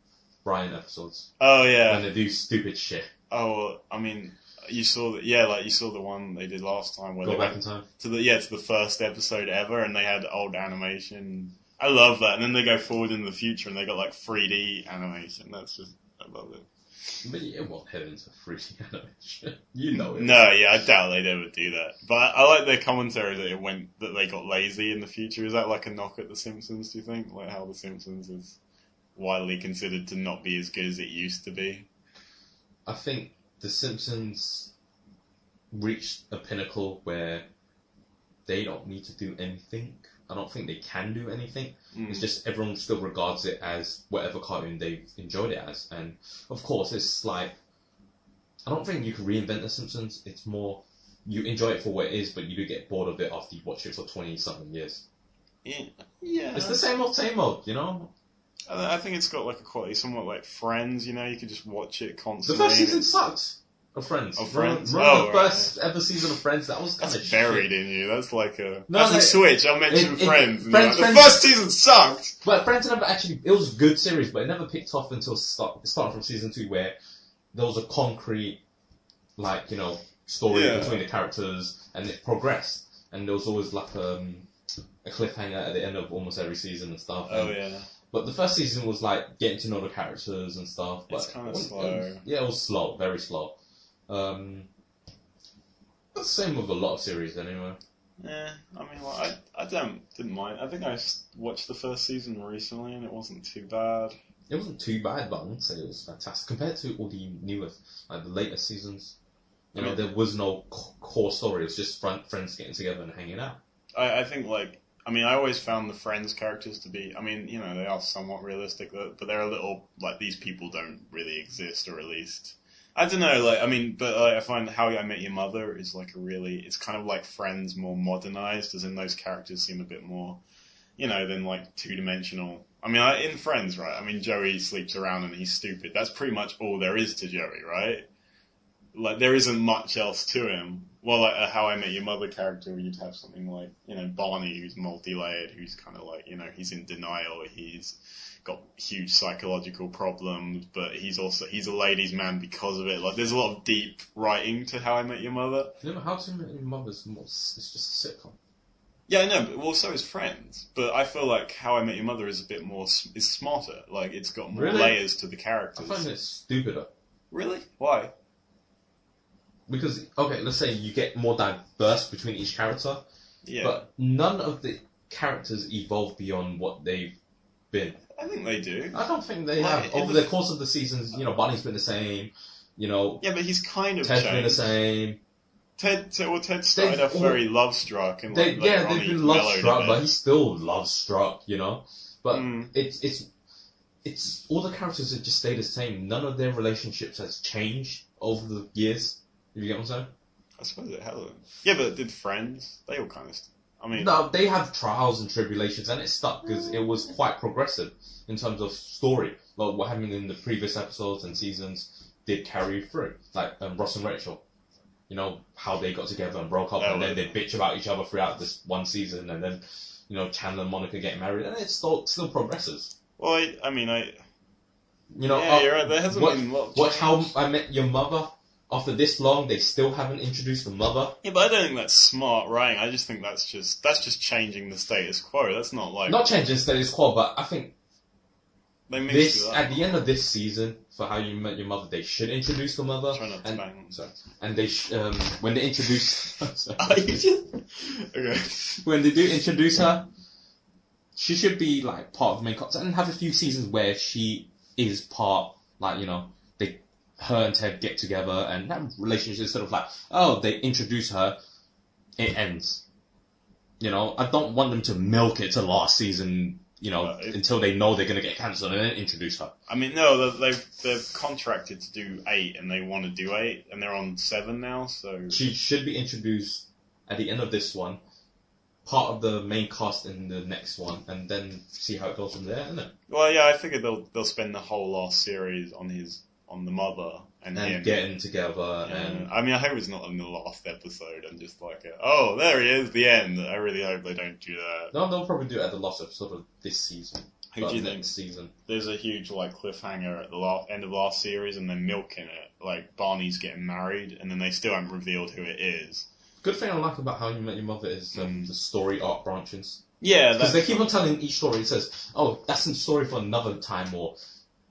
[SPEAKER 3] Brian episodes,
[SPEAKER 2] oh
[SPEAKER 3] when
[SPEAKER 2] yeah.
[SPEAKER 3] they do stupid shit.
[SPEAKER 2] Oh, well, I mean, you saw that. Yeah, like you saw the one they did last time where
[SPEAKER 3] Go
[SPEAKER 2] they
[SPEAKER 3] back in
[SPEAKER 2] went
[SPEAKER 3] time.
[SPEAKER 2] to the yeah to the first episode ever, and they had old animation. I love that. And then they go forward into the future, and they got like 3D animation. That's just I love it.
[SPEAKER 3] But yeah, what heavens a 3D animation? you know it.
[SPEAKER 2] No, yeah, I doubt they'd ever do that. But I like their commentary that it went that they got lazy in the future. Is that like a knock at The Simpsons? Do you think like how The Simpsons is widely considered to not be as good as it used to be?
[SPEAKER 3] I think The Simpsons reached a pinnacle where they don't need to do anything. I don't think they can do anything. It's just everyone still regards it as whatever cartoon they've enjoyed it as. And of course, it's like, I don't think you can reinvent The Simpsons. It's more, you enjoy it for what it is, but you do get bored of it after you watch it for 20 something years.
[SPEAKER 2] Yeah, yeah.
[SPEAKER 3] It's the same old, same old, you know?
[SPEAKER 2] I I think it's got like a quality, somewhat like Friends. You know, you could just watch it
[SPEAKER 3] The
[SPEAKER 2] constantly.
[SPEAKER 3] first
[SPEAKER 2] and
[SPEAKER 3] season
[SPEAKER 2] it's-
[SPEAKER 3] sucked. Of Friends.
[SPEAKER 2] Of Friends?
[SPEAKER 3] Remember
[SPEAKER 2] Oh,
[SPEAKER 3] the
[SPEAKER 2] right.
[SPEAKER 3] first ever season of Friends? That was kind
[SPEAKER 2] That's
[SPEAKER 3] of
[SPEAKER 2] buried in you. That's like a
[SPEAKER 3] No,
[SPEAKER 2] that's a
[SPEAKER 3] they-
[SPEAKER 2] switch. I'll mention
[SPEAKER 3] it- it-
[SPEAKER 2] Friends. and you're
[SPEAKER 3] Friends-
[SPEAKER 2] like, the
[SPEAKER 3] Friends-
[SPEAKER 2] first season sucked.
[SPEAKER 3] But Friends never actually. It was a good series, but it never picked off until start, it started from season two, where there was a concrete, like you know, story
[SPEAKER 2] Yeah.
[SPEAKER 3] between the characters, and it progressed. And there was always like um, a cliffhanger at the end of almost every season and stuff.
[SPEAKER 2] Oh
[SPEAKER 3] and-
[SPEAKER 2] yeah,
[SPEAKER 3] But the first season was like getting to know the characters and stuff. But
[SPEAKER 2] It's kinda
[SPEAKER 3] it was- it
[SPEAKER 2] slow.
[SPEAKER 3] was- yeah, it was slow, very slow. Um, but same with a lot of series, anyway.
[SPEAKER 2] Yeah, I mean, like, I I don't didn't mind. I think I s- watched the first season recently, and it wasn't too bad.
[SPEAKER 3] It wasn't too bad, but I wouldn't say it was fantastic compared to all the newest, like the later seasons. You know,
[SPEAKER 2] Yeah.
[SPEAKER 3] there was no c- core story. It was just front, friends getting together and hanging out.
[SPEAKER 2] I, I think like I mean, I always found the Friends characters to be. I mean, you know, they are somewhat realistic, but but they're a little like these people don't really exist, or at least I don't know, like I mean, but like, I find How I Met Your Mother is like a really, it's kind of like Friends more modernized, as in those characters seem a bit more, you know, than like two dimensional. I mean, I, in Friends, right? I mean, Joey sleeps around and he's stupid. That's pretty much all there is to Joey, right? Like there isn't much else to him. Well, like a How I Met Your Mother character, where you'd have something like you know Barney, who's multi-layered, who's kind of like you know he's in denial, he's got huge psychological problems, but he's also he's a ladies' man because of it. Like there's a lot of deep writing to How I Met Your Mother.
[SPEAKER 3] You know, How to Met Your Mother's more. It's just a sitcom.
[SPEAKER 2] Yeah, I know. But, well, so is Friends, but I feel like How I Met Your Mother is a bit more s- is smarter. Like it's got more
[SPEAKER 3] Really?
[SPEAKER 2] layers to the
[SPEAKER 3] I
[SPEAKER 2] characters.
[SPEAKER 3] find it stupider
[SPEAKER 2] Really? Why?
[SPEAKER 3] because okay, let's say you get more diverse between each character,
[SPEAKER 2] Yeah,
[SPEAKER 3] but none of the characters evolve beyond what they've been.
[SPEAKER 2] I think they do.
[SPEAKER 3] I don't think they
[SPEAKER 2] Like,
[SPEAKER 3] have
[SPEAKER 2] in
[SPEAKER 3] over
[SPEAKER 2] the-
[SPEAKER 3] the course of the seasons. You know, Bonnie's been the same. You know,
[SPEAKER 2] Yeah, but he's kind of
[SPEAKER 3] Ted's been the
[SPEAKER 2] changed.
[SPEAKER 3] same.
[SPEAKER 2] Ted, Ted, well, Ted started
[SPEAKER 3] They've
[SPEAKER 2] off very love struck and
[SPEAKER 3] They,
[SPEAKER 2] like, later
[SPEAKER 3] yeah,
[SPEAKER 2] on
[SPEAKER 3] they've
[SPEAKER 2] he
[SPEAKER 3] been love
[SPEAKER 2] mellowed a
[SPEAKER 3] struck,
[SPEAKER 2] bit.
[SPEAKER 3] but he's still love struck. You know, but
[SPEAKER 2] Mm.
[SPEAKER 3] it's it's it's all the characters have just stayed the same. None of their relationships has changed over the years. If you get what I'm saying?
[SPEAKER 2] I suppose it hasn't. Yeah, but did Friends? They all kind of. St- I mean,
[SPEAKER 3] No, they have trials and tribulations, and it stuck because it was quite progressive in terms of story. Like what happened in the previous episodes and seasons did carry through. Like um, Ross and Rachel, you know how they got together and broke up,
[SPEAKER 2] Yeah,
[SPEAKER 3] and then
[SPEAKER 2] well-
[SPEAKER 3] they bitch about each other throughout this one season, and then you know Chandler and Monica get married, and it still still progresses.
[SPEAKER 2] well, I, I mean, I.
[SPEAKER 3] You know,
[SPEAKER 2] yeah,
[SPEAKER 3] uh,
[SPEAKER 2] you're right. There hasn't
[SPEAKER 3] what-
[SPEAKER 2] been a lot. Of
[SPEAKER 3] Watch
[SPEAKER 2] change.
[SPEAKER 3] how I met your mother. After this long, they still haven't introduced the mother.
[SPEAKER 2] Yeah, but I don't think that's smart writing. I just think that's just that's just changing the status quo. That's not like
[SPEAKER 3] Not changing status quo, but I think
[SPEAKER 2] they mixed
[SPEAKER 3] this
[SPEAKER 2] it up.
[SPEAKER 3] at the end of this season for how you met your mother, they should introduce the mother,
[SPEAKER 2] Try not to
[SPEAKER 3] and
[SPEAKER 2] bang.
[SPEAKER 3] sorry, and they sh- um, when they introduce sorry.
[SPEAKER 2] Are you just okay?
[SPEAKER 3] when they do introduce her, she should be like part of the main cast and have a few seasons where she is part like you know they her and Ted get together and that relationship is sort of like oh they introduce her, it ends. You know I don't want them to milk it to last season. You know,
[SPEAKER 2] Right.
[SPEAKER 3] until they know they're gonna get cancelled and then introduce her.
[SPEAKER 2] I mean, no, they- they've they've contracted to do eight, and they want to do eight, and they're on seven now. So
[SPEAKER 3] She should be introduced at the end of this one, part of the main cast in the next one, and then see how it goes from there, innit?
[SPEAKER 2] well, yeah, I figured they'll they'll spend the whole last series on his on the mother and,
[SPEAKER 3] And
[SPEAKER 2] him.
[SPEAKER 3] getting together
[SPEAKER 2] Yeah.
[SPEAKER 3] and
[SPEAKER 2] I mean, I hope it's not in the last episode. I'm just like, a, oh, there he is, the end. I really hope they don't do that.
[SPEAKER 3] no, they'll probably do it at the last episode of this season.
[SPEAKER 2] Who
[SPEAKER 3] but
[SPEAKER 2] do you think?
[SPEAKER 3] next season?
[SPEAKER 2] There's a huge like cliffhanger at the last end of last series, and they're milking it. Like Barney's getting married, and then they still haven't revealed who it is.
[SPEAKER 3] Good thing I like about How You Met Your Mother is um,
[SPEAKER 2] Mm.
[SPEAKER 3] the story arc branches.
[SPEAKER 2] Yeah,
[SPEAKER 3] Because they keep on telling each story, it says, oh, that's a story for another time, or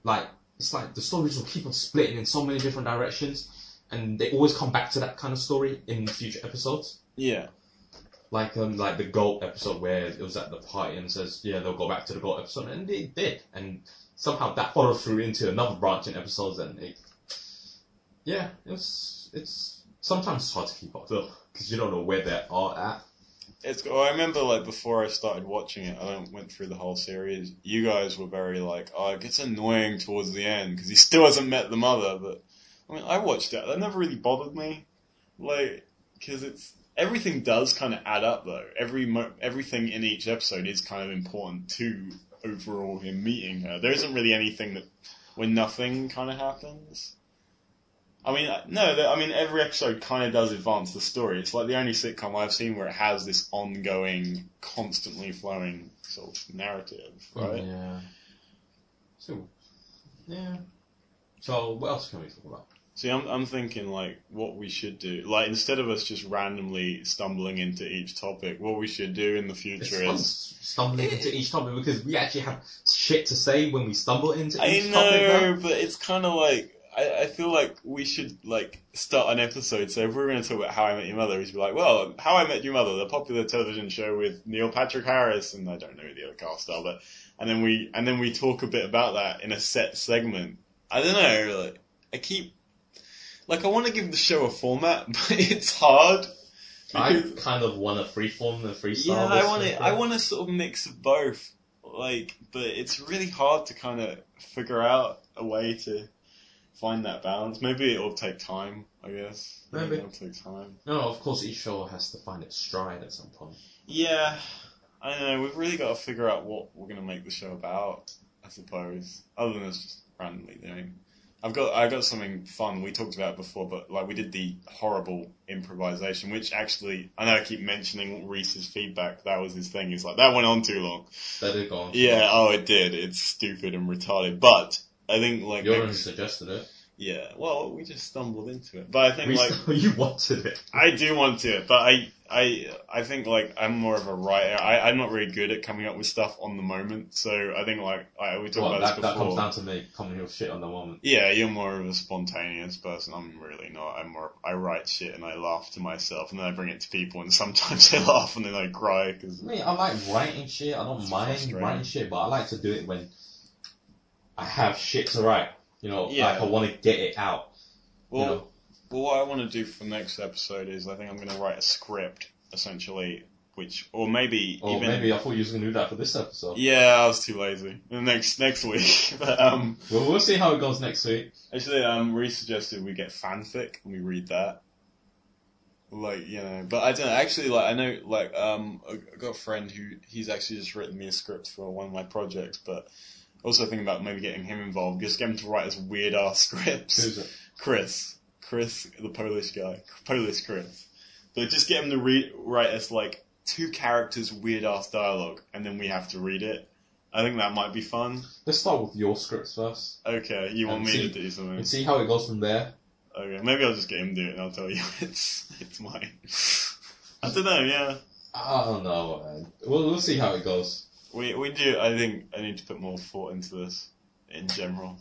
[SPEAKER 3] like, it's like the stories will keep on splitting in so many different directions, and they always come back to that kind of story in future episodes.
[SPEAKER 2] yeah.
[SPEAKER 3] like um like the goat episode where it was at the party and says yeah they'll go back to the goat episode and they did and somehow that followed through into another branch in episodes and it yeah it's it's sometimes hard to keep up though because you don't know where they are at
[SPEAKER 2] It's. Well, I remember like before I started watching it, I don't- went through the whole series. You guys were very like, oh, it gets annoying towards the end because he still hasn't met the mother. But I mean, I watched it. That never really bothered me, like because it's everything does kind of add up though. Every mo- everything in each episode is kind of important to overall him meeting her. There isn't really anything that when nothing kind of happens. I mean, I- no, the- I mean, every episode kind of does advance the story. It's like the only sitcom I've seen where it has this ongoing, constantly flowing sort of narrative, right?
[SPEAKER 3] yeah so yeah so what else can we talk about
[SPEAKER 2] See, I'm, I'm thinking, like, what we should do. Like, instead of us just randomly stumbling into each topic, what we should do in the
[SPEAKER 3] it's
[SPEAKER 2] future
[SPEAKER 3] fun
[SPEAKER 2] is.
[SPEAKER 3] stumbling into each topic because we actually have shit to say when we stumble into
[SPEAKER 2] I
[SPEAKER 3] each topic now.
[SPEAKER 2] know, but it's kind of like. I, I feel like we should, like, start an episode. So if we we're going to talk about How I Met Your Mother, we should be like, well, How I Met Your Mother, the popular television show with Neil Patrick Harris, and I don't know who the other cast are, but. And then we, and then we talk a bit about that in a set segment. I don't know, like, I keep. Like, I want to give the show a format, but it's hard.
[SPEAKER 3] I
[SPEAKER 2] because-
[SPEAKER 3] kind of want a freeform and freestyle.
[SPEAKER 2] yeah, I
[SPEAKER 3] this
[SPEAKER 2] want
[SPEAKER 3] kind of
[SPEAKER 2] to. I
[SPEAKER 3] thing.
[SPEAKER 2] want a sort of mix of both. Like, but it's really hard to kind of figure out a way to find that balance. Maybe it'll take time. I guess. Maybe,
[SPEAKER 3] Maybe.
[SPEAKER 2] it'll take time.
[SPEAKER 3] No, of course, each show has to find its stride at some point.
[SPEAKER 2] Yeah, I know. We've really got to figure out what we're gonna make the show about. I suppose. Other than us just randomly doing. I've got I got something fun we talked about it before, but like we did the horrible improvisation, which actually I know I keep mentioning Reese's feedback. That was his thing. He's like that went on too long.
[SPEAKER 3] That did go on.
[SPEAKER 2] Yeah, oh, it did. It's stupid and retarded. But I think like
[SPEAKER 3] Your own suggested it.
[SPEAKER 2] yeah, well, we just stumbled into it. But I think
[SPEAKER 3] We
[SPEAKER 2] like
[SPEAKER 3] still- you wanted it.
[SPEAKER 2] I do want to, but I I I think like I'm more of a writer. I I'm not really good at coming up with stuff on the moment. So I think like I, we talked
[SPEAKER 3] Well,
[SPEAKER 2] about
[SPEAKER 3] that,
[SPEAKER 2] this
[SPEAKER 3] that comes
[SPEAKER 2] before.
[SPEAKER 3] down to me coming with shit on the moment.
[SPEAKER 2] yeah, you're more of a spontaneous person. I'm really not. I'm more. I write shit and I laugh to myself, and then I bring it to people, and sometimes they laugh and then I cry because
[SPEAKER 3] Me, I like writing shit. I don't
[SPEAKER 2] It's
[SPEAKER 3] mind
[SPEAKER 2] frustrating.
[SPEAKER 3] writing shit, but I like to do it when I have shit to write. You know,
[SPEAKER 2] Yeah.
[SPEAKER 3] like I want to get it out.
[SPEAKER 2] well,
[SPEAKER 3] you know,
[SPEAKER 2] Well, what I want to do for next episode is I think I'm going to write a script, essentially, which, or maybe
[SPEAKER 3] or
[SPEAKER 2] even.
[SPEAKER 3] maybe I thought you was gonna do that for this episode.
[SPEAKER 2] Yeah, I was too lazy. Next next week, but um,
[SPEAKER 3] Well, we'll see how it goes next week.
[SPEAKER 2] actually, um, Reese suggested we get fanfic and we read that. Like you know, but I don't know. actually like. I know like um, I I got a friend who he's actually just written me a script for one of my projects, but also thinking about maybe getting him involved, just get him to write his weird ass scripts.
[SPEAKER 3] Who's it?
[SPEAKER 2] Chris, Chris, the Polish guy, Polish Chris. But just get him to read, write us like two characters' weird ass dialogue, and then we have to read it. I think that might be fun.
[SPEAKER 3] Let's start with your scripts first
[SPEAKER 2] Okay, you want
[SPEAKER 3] And
[SPEAKER 2] me
[SPEAKER 3] see-
[SPEAKER 2] to do something?
[SPEAKER 3] and see how it goes from there.
[SPEAKER 2] Okay, maybe I'll just get him to do it, and I'll tell you it's it's mine. I don't know. Yeah,
[SPEAKER 3] I don't know. Man. We'll we'll see how it goes.
[SPEAKER 2] we we do. I think I need to put more thought into this in general.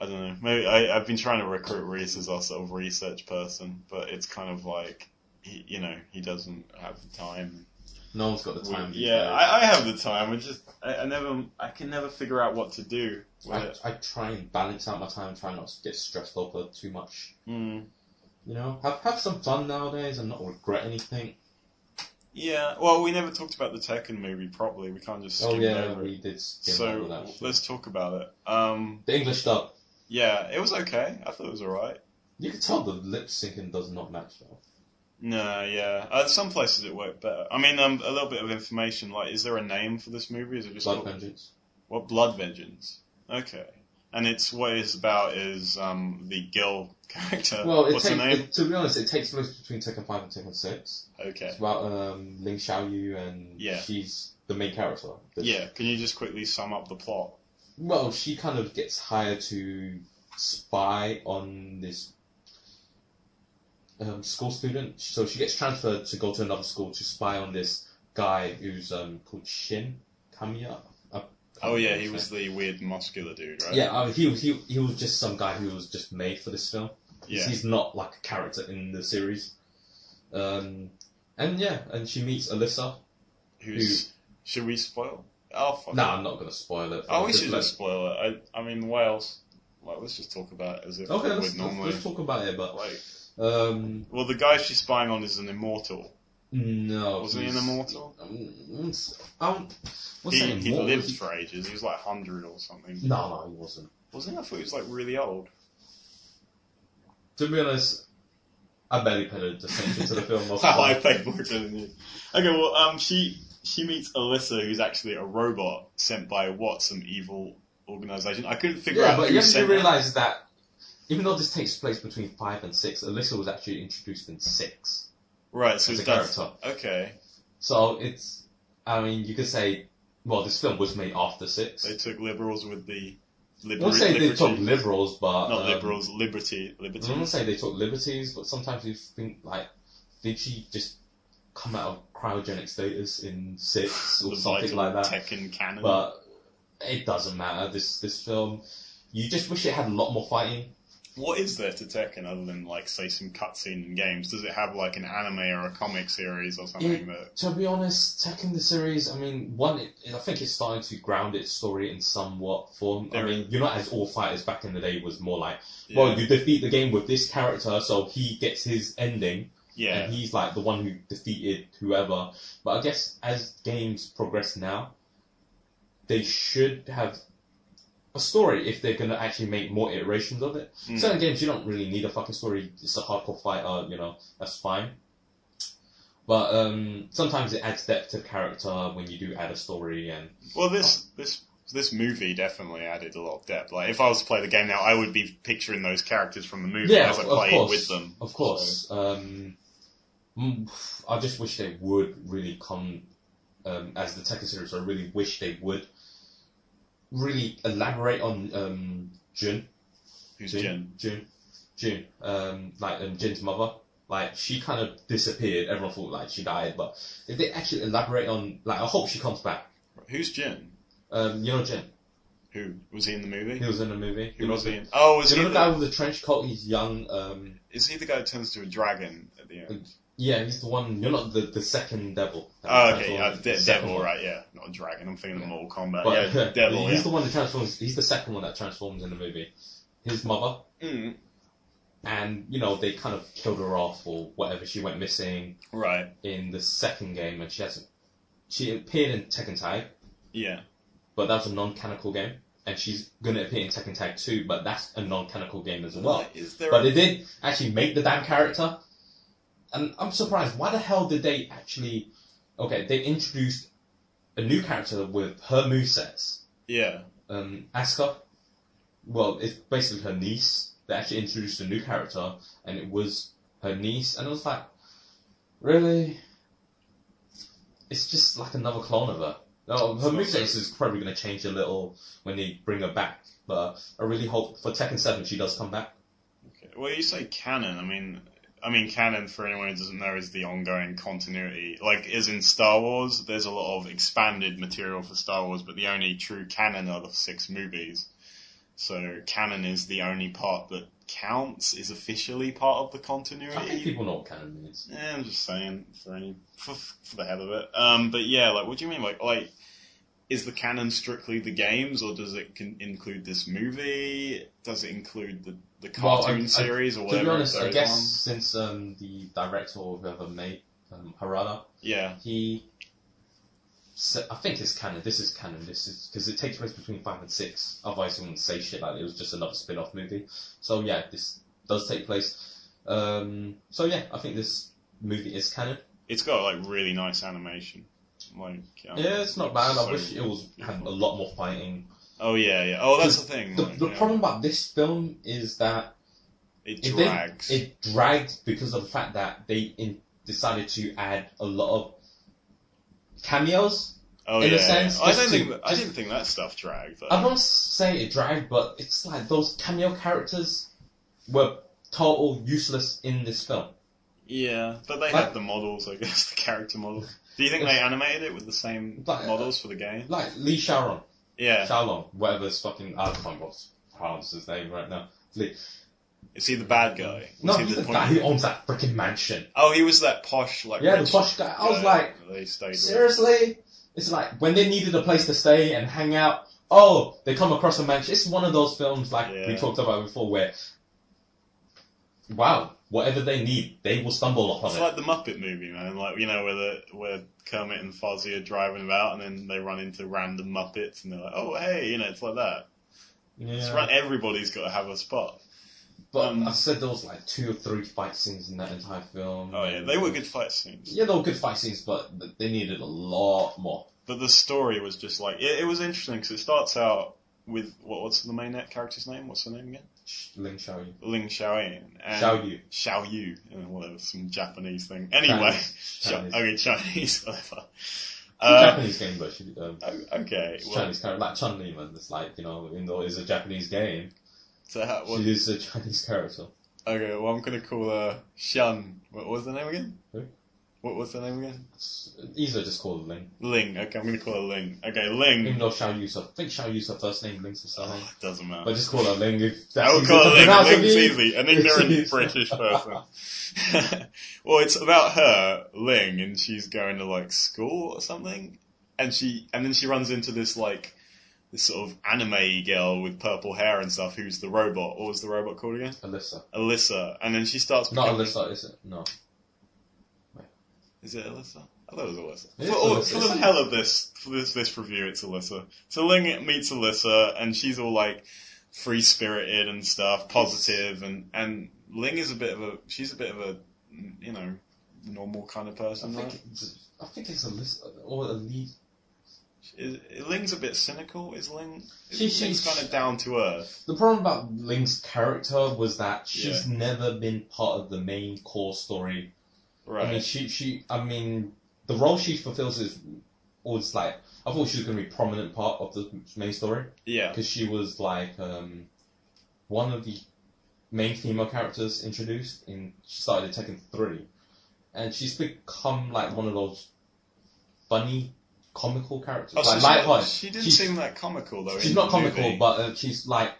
[SPEAKER 2] I don't know. Maybe I, I've been trying to recruit Reese as our sort of research person, but it's kind of like he, you know, he doesn't have the time.
[SPEAKER 3] No one's got the time.
[SPEAKER 2] We-
[SPEAKER 3] these
[SPEAKER 2] yeah,
[SPEAKER 3] days.
[SPEAKER 2] I, I have the time. I just I, I never I can never figure out what to do with
[SPEAKER 3] I,
[SPEAKER 2] it.
[SPEAKER 3] I try and balance out my time, try not to get stressed over too much.
[SPEAKER 2] Mm.
[SPEAKER 3] You know, have have some fun nowadays and not regret anything.
[SPEAKER 2] Yeah. Well, we never talked about the Tekken movie properly. We can't just skip
[SPEAKER 3] Oh yeah,
[SPEAKER 2] over it.
[SPEAKER 3] we did. skim over
[SPEAKER 2] So
[SPEAKER 3] that shit.
[SPEAKER 2] let's talk about it. Um,
[SPEAKER 3] the English dub.
[SPEAKER 2] yeah, it was okay. I thought it was alright.
[SPEAKER 3] You can tell the lip syncing does not match though.
[SPEAKER 2] No, yeah. Uh, some places it worked better. I mean, um, a little bit of information. Like, is there a name for this movie? Is it just
[SPEAKER 3] Blood
[SPEAKER 2] called-
[SPEAKER 3] Vengeance.
[SPEAKER 2] what Blood Vengeance? Okay. And it's what it's about is um the Gill character.
[SPEAKER 3] Well, it
[SPEAKER 2] Uh, What's
[SPEAKER 3] takes,
[SPEAKER 2] her name?
[SPEAKER 3] it- to be honest, it takes place between Tekken Five and Tekken Six.
[SPEAKER 2] okay.
[SPEAKER 3] It's about um, Ling Xiaoyu and
[SPEAKER 2] Yeah.
[SPEAKER 3] she's the main character. The-
[SPEAKER 2] Yeah. Can you just quickly sum up the plot?
[SPEAKER 3] Well, she kind of gets hired to spy on this um, school student. So she gets transferred to go to another school to spy on this guy who's um, called Shin Kamiya. I-
[SPEAKER 2] Oh yeah, he was the weird muscular dude, right?
[SPEAKER 3] Yeah, uh, he, he he was just some guy who was just made for this film.
[SPEAKER 2] Yeah.
[SPEAKER 3] He's not like a character in the series. Um, and yeah, and she meets Alyssa.
[SPEAKER 2] Who's? Should we spoil? Oh fuck.
[SPEAKER 3] Nah, I'm not gonna spoil it.
[SPEAKER 2] Oh, we
[SPEAKER 3] Just
[SPEAKER 2] should
[SPEAKER 3] let-
[SPEAKER 2] just spoil it. I, I mean, what else? Like, let's just talk about it as if
[SPEAKER 3] Okay,
[SPEAKER 2] we
[SPEAKER 3] let's,
[SPEAKER 2] would
[SPEAKER 3] let's,
[SPEAKER 2] normally.
[SPEAKER 3] let's talk about it. But
[SPEAKER 2] Like,
[SPEAKER 3] um,
[SPEAKER 2] well, the guy she's spying on is an immortal.
[SPEAKER 3] no,
[SPEAKER 2] Wasn't he
[SPEAKER 3] he's-
[SPEAKER 2] an immortal?
[SPEAKER 3] Um, um, what's
[SPEAKER 2] He,
[SPEAKER 3] that
[SPEAKER 2] he
[SPEAKER 3] immortal?
[SPEAKER 2] lived for ages. He was like 100 or something.
[SPEAKER 3] No, no, he wasn't.
[SPEAKER 2] Wasn't he? I thought he was like really old.
[SPEAKER 3] To be honest, I barely paid a attention to the film. most
[SPEAKER 2] Wow,
[SPEAKER 3] of the
[SPEAKER 2] I
[SPEAKER 3] time.
[SPEAKER 2] paid more attention than you. Okay, well, um, she she meets Alyssa, who's actually a robot sent by what some evil organization. I couldn't figure
[SPEAKER 3] Yeah,
[SPEAKER 2] out.
[SPEAKER 3] but
[SPEAKER 2] who
[SPEAKER 3] you have to
[SPEAKER 2] sent her.
[SPEAKER 3] realize that even though this takes place between five and six, Alyssa was actually introduced in six
[SPEAKER 2] Right, so
[SPEAKER 3] as a
[SPEAKER 2] that's
[SPEAKER 3] character.
[SPEAKER 2] okay.
[SPEAKER 3] So it's, I mean, you could say, well, this film was made after six.
[SPEAKER 2] They took liberals with the
[SPEAKER 3] I
[SPEAKER 2] liber-
[SPEAKER 3] won't say they
[SPEAKER 2] liberty.
[SPEAKER 3] took liberals, but
[SPEAKER 2] not
[SPEAKER 3] um, Mm-hmm.
[SPEAKER 2] liberals, liberty,
[SPEAKER 3] I
[SPEAKER 2] liberty.
[SPEAKER 3] wouldn't say they took liberties, but sometimes you think like, did she just come out of cryogenic status in six or
[SPEAKER 2] the
[SPEAKER 3] something
[SPEAKER 2] vital
[SPEAKER 3] like that?
[SPEAKER 2] Tekken canon.
[SPEAKER 3] But it doesn't matter. This this film, you just wish it had a lot more fighting.
[SPEAKER 2] What is there to Tekken other than like say some cutscene in games? Does it have like an anime or a comic series or something that?
[SPEAKER 3] To be honest, Tekken the series, I mean, one, it, I think it's starting to ground its story in somewhat form. I
[SPEAKER 2] There-
[SPEAKER 3] mean, you're not as all fighters back in the day was more like, well, you defeat the game with this character, so he gets his ending,
[SPEAKER 2] yeah,
[SPEAKER 3] and he's like the one who defeated whoever. But I guess as games progress now, they should have. a story if they're gonna actually make more iterations of it.
[SPEAKER 2] Mm.
[SPEAKER 3] Certain games you don't really need a fucking story. It's a hardcore fighter, you know, that's fine. But um, sometimes it adds depth to character when you do add a story, and
[SPEAKER 2] Well, this this this movie definitely added a lot of depth. Like, if I was to play the game now, I would be picturing those characters from the movie
[SPEAKER 3] yeah,
[SPEAKER 2] as I
[SPEAKER 3] of, of
[SPEAKER 2] play it
[SPEAKER 3] course,
[SPEAKER 2] with them.
[SPEAKER 3] of course. Um, mm, I just wish they would really come um, as the Tekken series. I really wish they would really elaborate on um, Jun.
[SPEAKER 2] Who's
[SPEAKER 3] June,
[SPEAKER 2] Jin?
[SPEAKER 3] June, June. Um, like um, Jin's mother. Like she kind of disappeared. Everyone thought like she died, but if they actually elaborate on, like I hope she comes back.
[SPEAKER 2] Who's Jin?
[SPEAKER 3] Um, you know Jin.
[SPEAKER 2] Who was he in the
[SPEAKER 3] He
[SPEAKER 2] movie?
[SPEAKER 3] was in the movie.
[SPEAKER 2] Who was he?
[SPEAKER 3] You
[SPEAKER 2] In? Oh, was he?
[SPEAKER 3] know the
[SPEAKER 2] The,
[SPEAKER 3] guy with the trench coat? He's young. Um,
[SPEAKER 2] is he the guy who turns to a dragon at the end?
[SPEAKER 3] yeah, he's the one. You're not the, the second devil.
[SPEAKER 2] Oh, okay, yeah,
[SPEAKER 3] The
[SPEAKER 2] de-
[SPEAKER 3] second
[SPEAKER 2] devil,
[SPEAKER 3] one.
[SPEAKER 2] right? Yeah, not a dragon. I'm thinking of Mortal Kombat.
[SPEAKER 3] But-
[SPEAKER 2] yeah, devil.
[SPEAKER 3] He's
[SPEAKER 2] Yeah.
[SPEAKER 3] the one that transforms. He's the second one that transforms in the movie. His mother.
[SPEAKER 2] Mm,
[SPEAKER 3] And you know they kind of killed her off or whatever. She went missing.
[SPEAKER 2] right.
[SPEAKER 3] in the second game, and she hasn't. She appeared in Tekken Tag,
[SPEAKER 2] Yeah.
[SPEAKER 3] but that was a non-canonical game, and she's gonna appear in Tekken Tag 2, but that's a non-canonical game as well.
[SPEAKER 2] is there?
[SPEAKER 3] But they did actually make the damn character, and I'm surprised. Why the hell did they actually? Okay, they introduced a new character with her movesets.
[SPEAKER 2] yeah.
[SPEAKER 3] Um, Asuka. Well, it's basically her niece. They actually introduced a new character, and it was her niece, and I was like, really? It's just like another clone of her. No, her moveset is probably going to change a little when they bring her back, but I really hope for Tekken 7 she does come back.
[SPEAKER 2] Okay. Well, you say canon. I mean, I mean canon for anyone who doesn't know is the ongoing continuity. Like, as in Star Wars, there's a lot of expanded material for Star Wars, but the only true canon are the six movies. So canon is the only part that counts is officially part of the continuity.
[SPEAKER 3] I think people know what canon means.
[SPEAKER 2] Yeah, I'm just saying for any for, for the hell of it. Um, but yeah, like, what do you mean? Like, like, is the canon strictly the games, or does it con- include this movie? Does it include the the
[SPEAKER 3] Well, I-
[SPEAKER 2] cartoon
[SPEAKER 3] I-
[SPEAKER 2] series or
[SPEAKER 3] To
[SPEAKER 2] whatever?
[SPEAKER 3] be honest, I
[SPEAKER 2] goes
[SPEAKER 3] guess
[SPEAKER 2] on?
[SPEAKER 3] since um, the director or whoever made um, Harada,
[SPEAKER 2] Yeah,
[SPEAKER 3] he. So I think it's canon. This is canon. This is because it takes place between five and six. Otherwise, he wouldn't say shit like it was just another spin-off movie. So yeah, this does take place. Um, so yeah, I think this movie is canon.
[SPEAKER 2] it's got like really nice animation. Like, um,
[SPEAKER 3] Yeah, it's not bad.
[SPEAKER 2] so
[SPEAKER 3] I wish it was had a
[SPEAKER 2] beautiful.
[SPEAKER 3] lot more fighting.
[SPEAKER 2] Oh yeah, yeah. Oh, that's the, thing.
[SPEAKER 3] The,
[SPEAKER 2] like,
[SPEAKER 3] the
[SPEAKER 2] yeah.
[SPEAKER 3] problem about this film is that
[SPEAKER 2] it
[SPEAKER 3] it, did-
[SPEAKER 2] drags.
[SPEAKER 3] it dragged because of the fact that they in, decided to add a lot of cameos
[SPEAKER 2] oh
[SPEAKER 3] in a
[SPEAKER 2] yeah,
[SPEAKER 3] sense,
[SPEAKER 2] I don't
[SPEAKER 3] just
[SPEAKER 2] think
[SPEAKER 3] to-
[SPEAKER 2] that- I
[SPEAKER 3] just-
[SPEAKER 2] didn't think that stuff dragged. Though.
[SPEAKER 3] I'm not saying it dragged, but it's like those cameo characters were total useless in this film.
[SPEAKER 2] Yeah, but they
[SPEAKER 3] Like-
[SPEAKER 2] had the models, I guess, the character models. Do you think they animated it with the same
[SPEAKER 3] Like, uh,
[SPEAKER 2] models for the game?
[SPEAKER 3] Like Lee Sharon,
[SPEAKER 2] Yeah,
[SPEAKER 3] Xiaolong, whatever his fucking I can't remember what's pronounce his name right now. Lee.
[SPEAKER 2] is he the bad guy? Was
[SPEAKER 3] No,
[SPEAKER 2] he
[SPEAKER 3] he's the
[SPEAKER 2] point-
[SPEAKER 3] guy who owns that freaking mansion.
[SPEAKER 2] Oh, he was that posh, like
[SPEAKER 3] Yeah, the
[SPEAKER 2] rich
[SPEAKER 3] posh guy. I was
[SPEAKER 2] guy
[SPEAKER 3] like,
[SPEAKER 2] that they stayed with.
[SPEAKER 3] seriously? It's like when they needed a place to stay and hang out. Oh, they come across a mansion. It's one of those films like we
[SPEAKER 2] Yeah.
[SPEAKER 3] talked about before, where wow, whatever they need, they will stumble upon
[SPEAKER 2] It's
[SPEAKER 3] it.
[SPEAKER 2] like the Muppet movie, man. Like you know, where the where Kermit and Fozzie are driving about, and then they run into random Muppets, and they're like, "Oh, hey," you know, it's like that. It's
[SPEAKER 3] Yeah.
[SPEAKER 2] right. Everybody's got to have a spot.
[SPEAKER 3] But
[SPEAKER 2] Um,
[SPEAKER 3] I said there was like two or three fight scenes in that entire film.
[SPEAKER 2] Oh yeah, they were good fight scenes.
[SPEAKER 3] Yeah, they were good fight scenes, but th- they needed a lot more.
[SPEAKER 2] but the story was just like it, it was interesting because it starts out with what, what's the main character's name? What's her name again?
[SPEAKER 3] Sh- Ling Xiaoyu.
[SPEAKER 2] Ling Xiaoyan. And
[SPEAKER 3] Xiaoyu.
[SPEAKER 2] Xiao Yu, and whatever, some Japanese thing. Anyway, uh,
[SPEAKER 3] Chinese.
[SPEAKER 2] Chi- okay, Chinese, whatever. Uh,
[SPEAKER 3] Japanese game, but she, um,
[SPEAKER 2] o- okay,
[SPEAKER 3] it's
[SPEAKER 2] well,
[SPEAKER 3] Chinese character like Chun Li, man. It's like you know, even though it's a Japanese game,
[SPEAKER 2] so how, what,
[SPEAKER 3] she is a Chinese character.
[SPEAKER 2] okay, well, I'm gonna call her Shun. What was the name again?
[SPEAKER 3] Who?
[SPEAKER 2] What was the name again?
[SPEAKER 3] It's easier just call her Ling.
[SPEAKER 2] Ling. Okay, I'm gonna call her Ling. Okay, Ling.
[SPEAKER 3] Even though Xiaoyu's her, I think Xiaoyu's her first name, Ling's her surname.
[SPEAKER 2] Oh, doesn't matter.
[SPEAKER 3] But just call her Ling if that's
[SPEAKER 2] I would
[SPEAKER 3] easier
[SPEAKER 2] call
[SPEAKER 3] to
[SPEAKER 2] her Ling.
[SPEAKER 3] pronounce, I
[SPEAKER 2] Ling's
[SPEAKER 3] mean.
[SPEAKER 2] easy, an
[SPEAKER 3] It's
[SPEAKER 2] ignorant
[SPEAKER 3] easy.
[SPEAKER 2] British person. well, it's about her, Ling, and she's going to like school or something, and she and then she runs into this like this sort of anime girl with purple hair and stuff, who's the robot. What was the robot called again?
[SPEAKER 3] Alyssa.
[SPEAKER 2] Alyssa. And then she starts
[SPEAKER 3] Not
[SPEAKER 2] becoming-
[SPEAKER 3] Alyssa, is it? No.
[SPEAKER 2] Is it Alyssa? I thought it was Alyssa.
[SPEAKER 3] It is
[SPEAKER 2] for, all-
[SPEAKER 3] Alyssa,
[SPEAKER 2] for the
[SPEAKER 3] isn't it?
[SPEAKER 2] hell of this, for this this review, it's Alyssa. So Ling meets Alyssa, and she's all like free spirited and stuff, positive, and and Ling is a bit of a she's a bit of a you know normal kind of
[SPEAKER 3] I
[SPEAKER 2] person.
[SPEAKER 3] think
[SPEAKER 2] Right?
[SPEAKER 3] it's, I think it's a list or a lead.
[SPEAKER 2] Is, Ling's a bit cynical. Is Ling? Is
[SPEAKER 3] She-
[SPEAKER 2] Ling's
[SPEAKER 3] she's-
[SPEAKER 2] kind of down to earth.
[SPEAKER 3] The problem about Ling's character was that she's never been part of the main core story
[SPEAKER 2] Right.
[SPEAKER 3] I mean, she, she, I mean, the role she fulfills is always like, I thought she was going to be a prominent part of the main story
[SPEAKER 2] yeah.
[SPEAKER 3] because she was like um, one of the main female characters introduced in, she started in Tekken 3. And she's become like one of those funny, comical characters.
[SPEAKER 2] Oh, so
[SPEAKER 3] like,
[SPEAKER 2] she-
[SPEAKER 3] lighthearted.
[SPEAKER 2] she, didn't
[SPEAKER 3] She's-
[SPEAKER 2] seem that comical though.
[SPEAKER 3] She's
[SPEAKER 2] in
[SPEAKER 3] not
[SPEAKER 2] the
[SPEAKER 3] comical,
[SPEAKER 2] movie.
[SPEAKER 3] but uh, she's like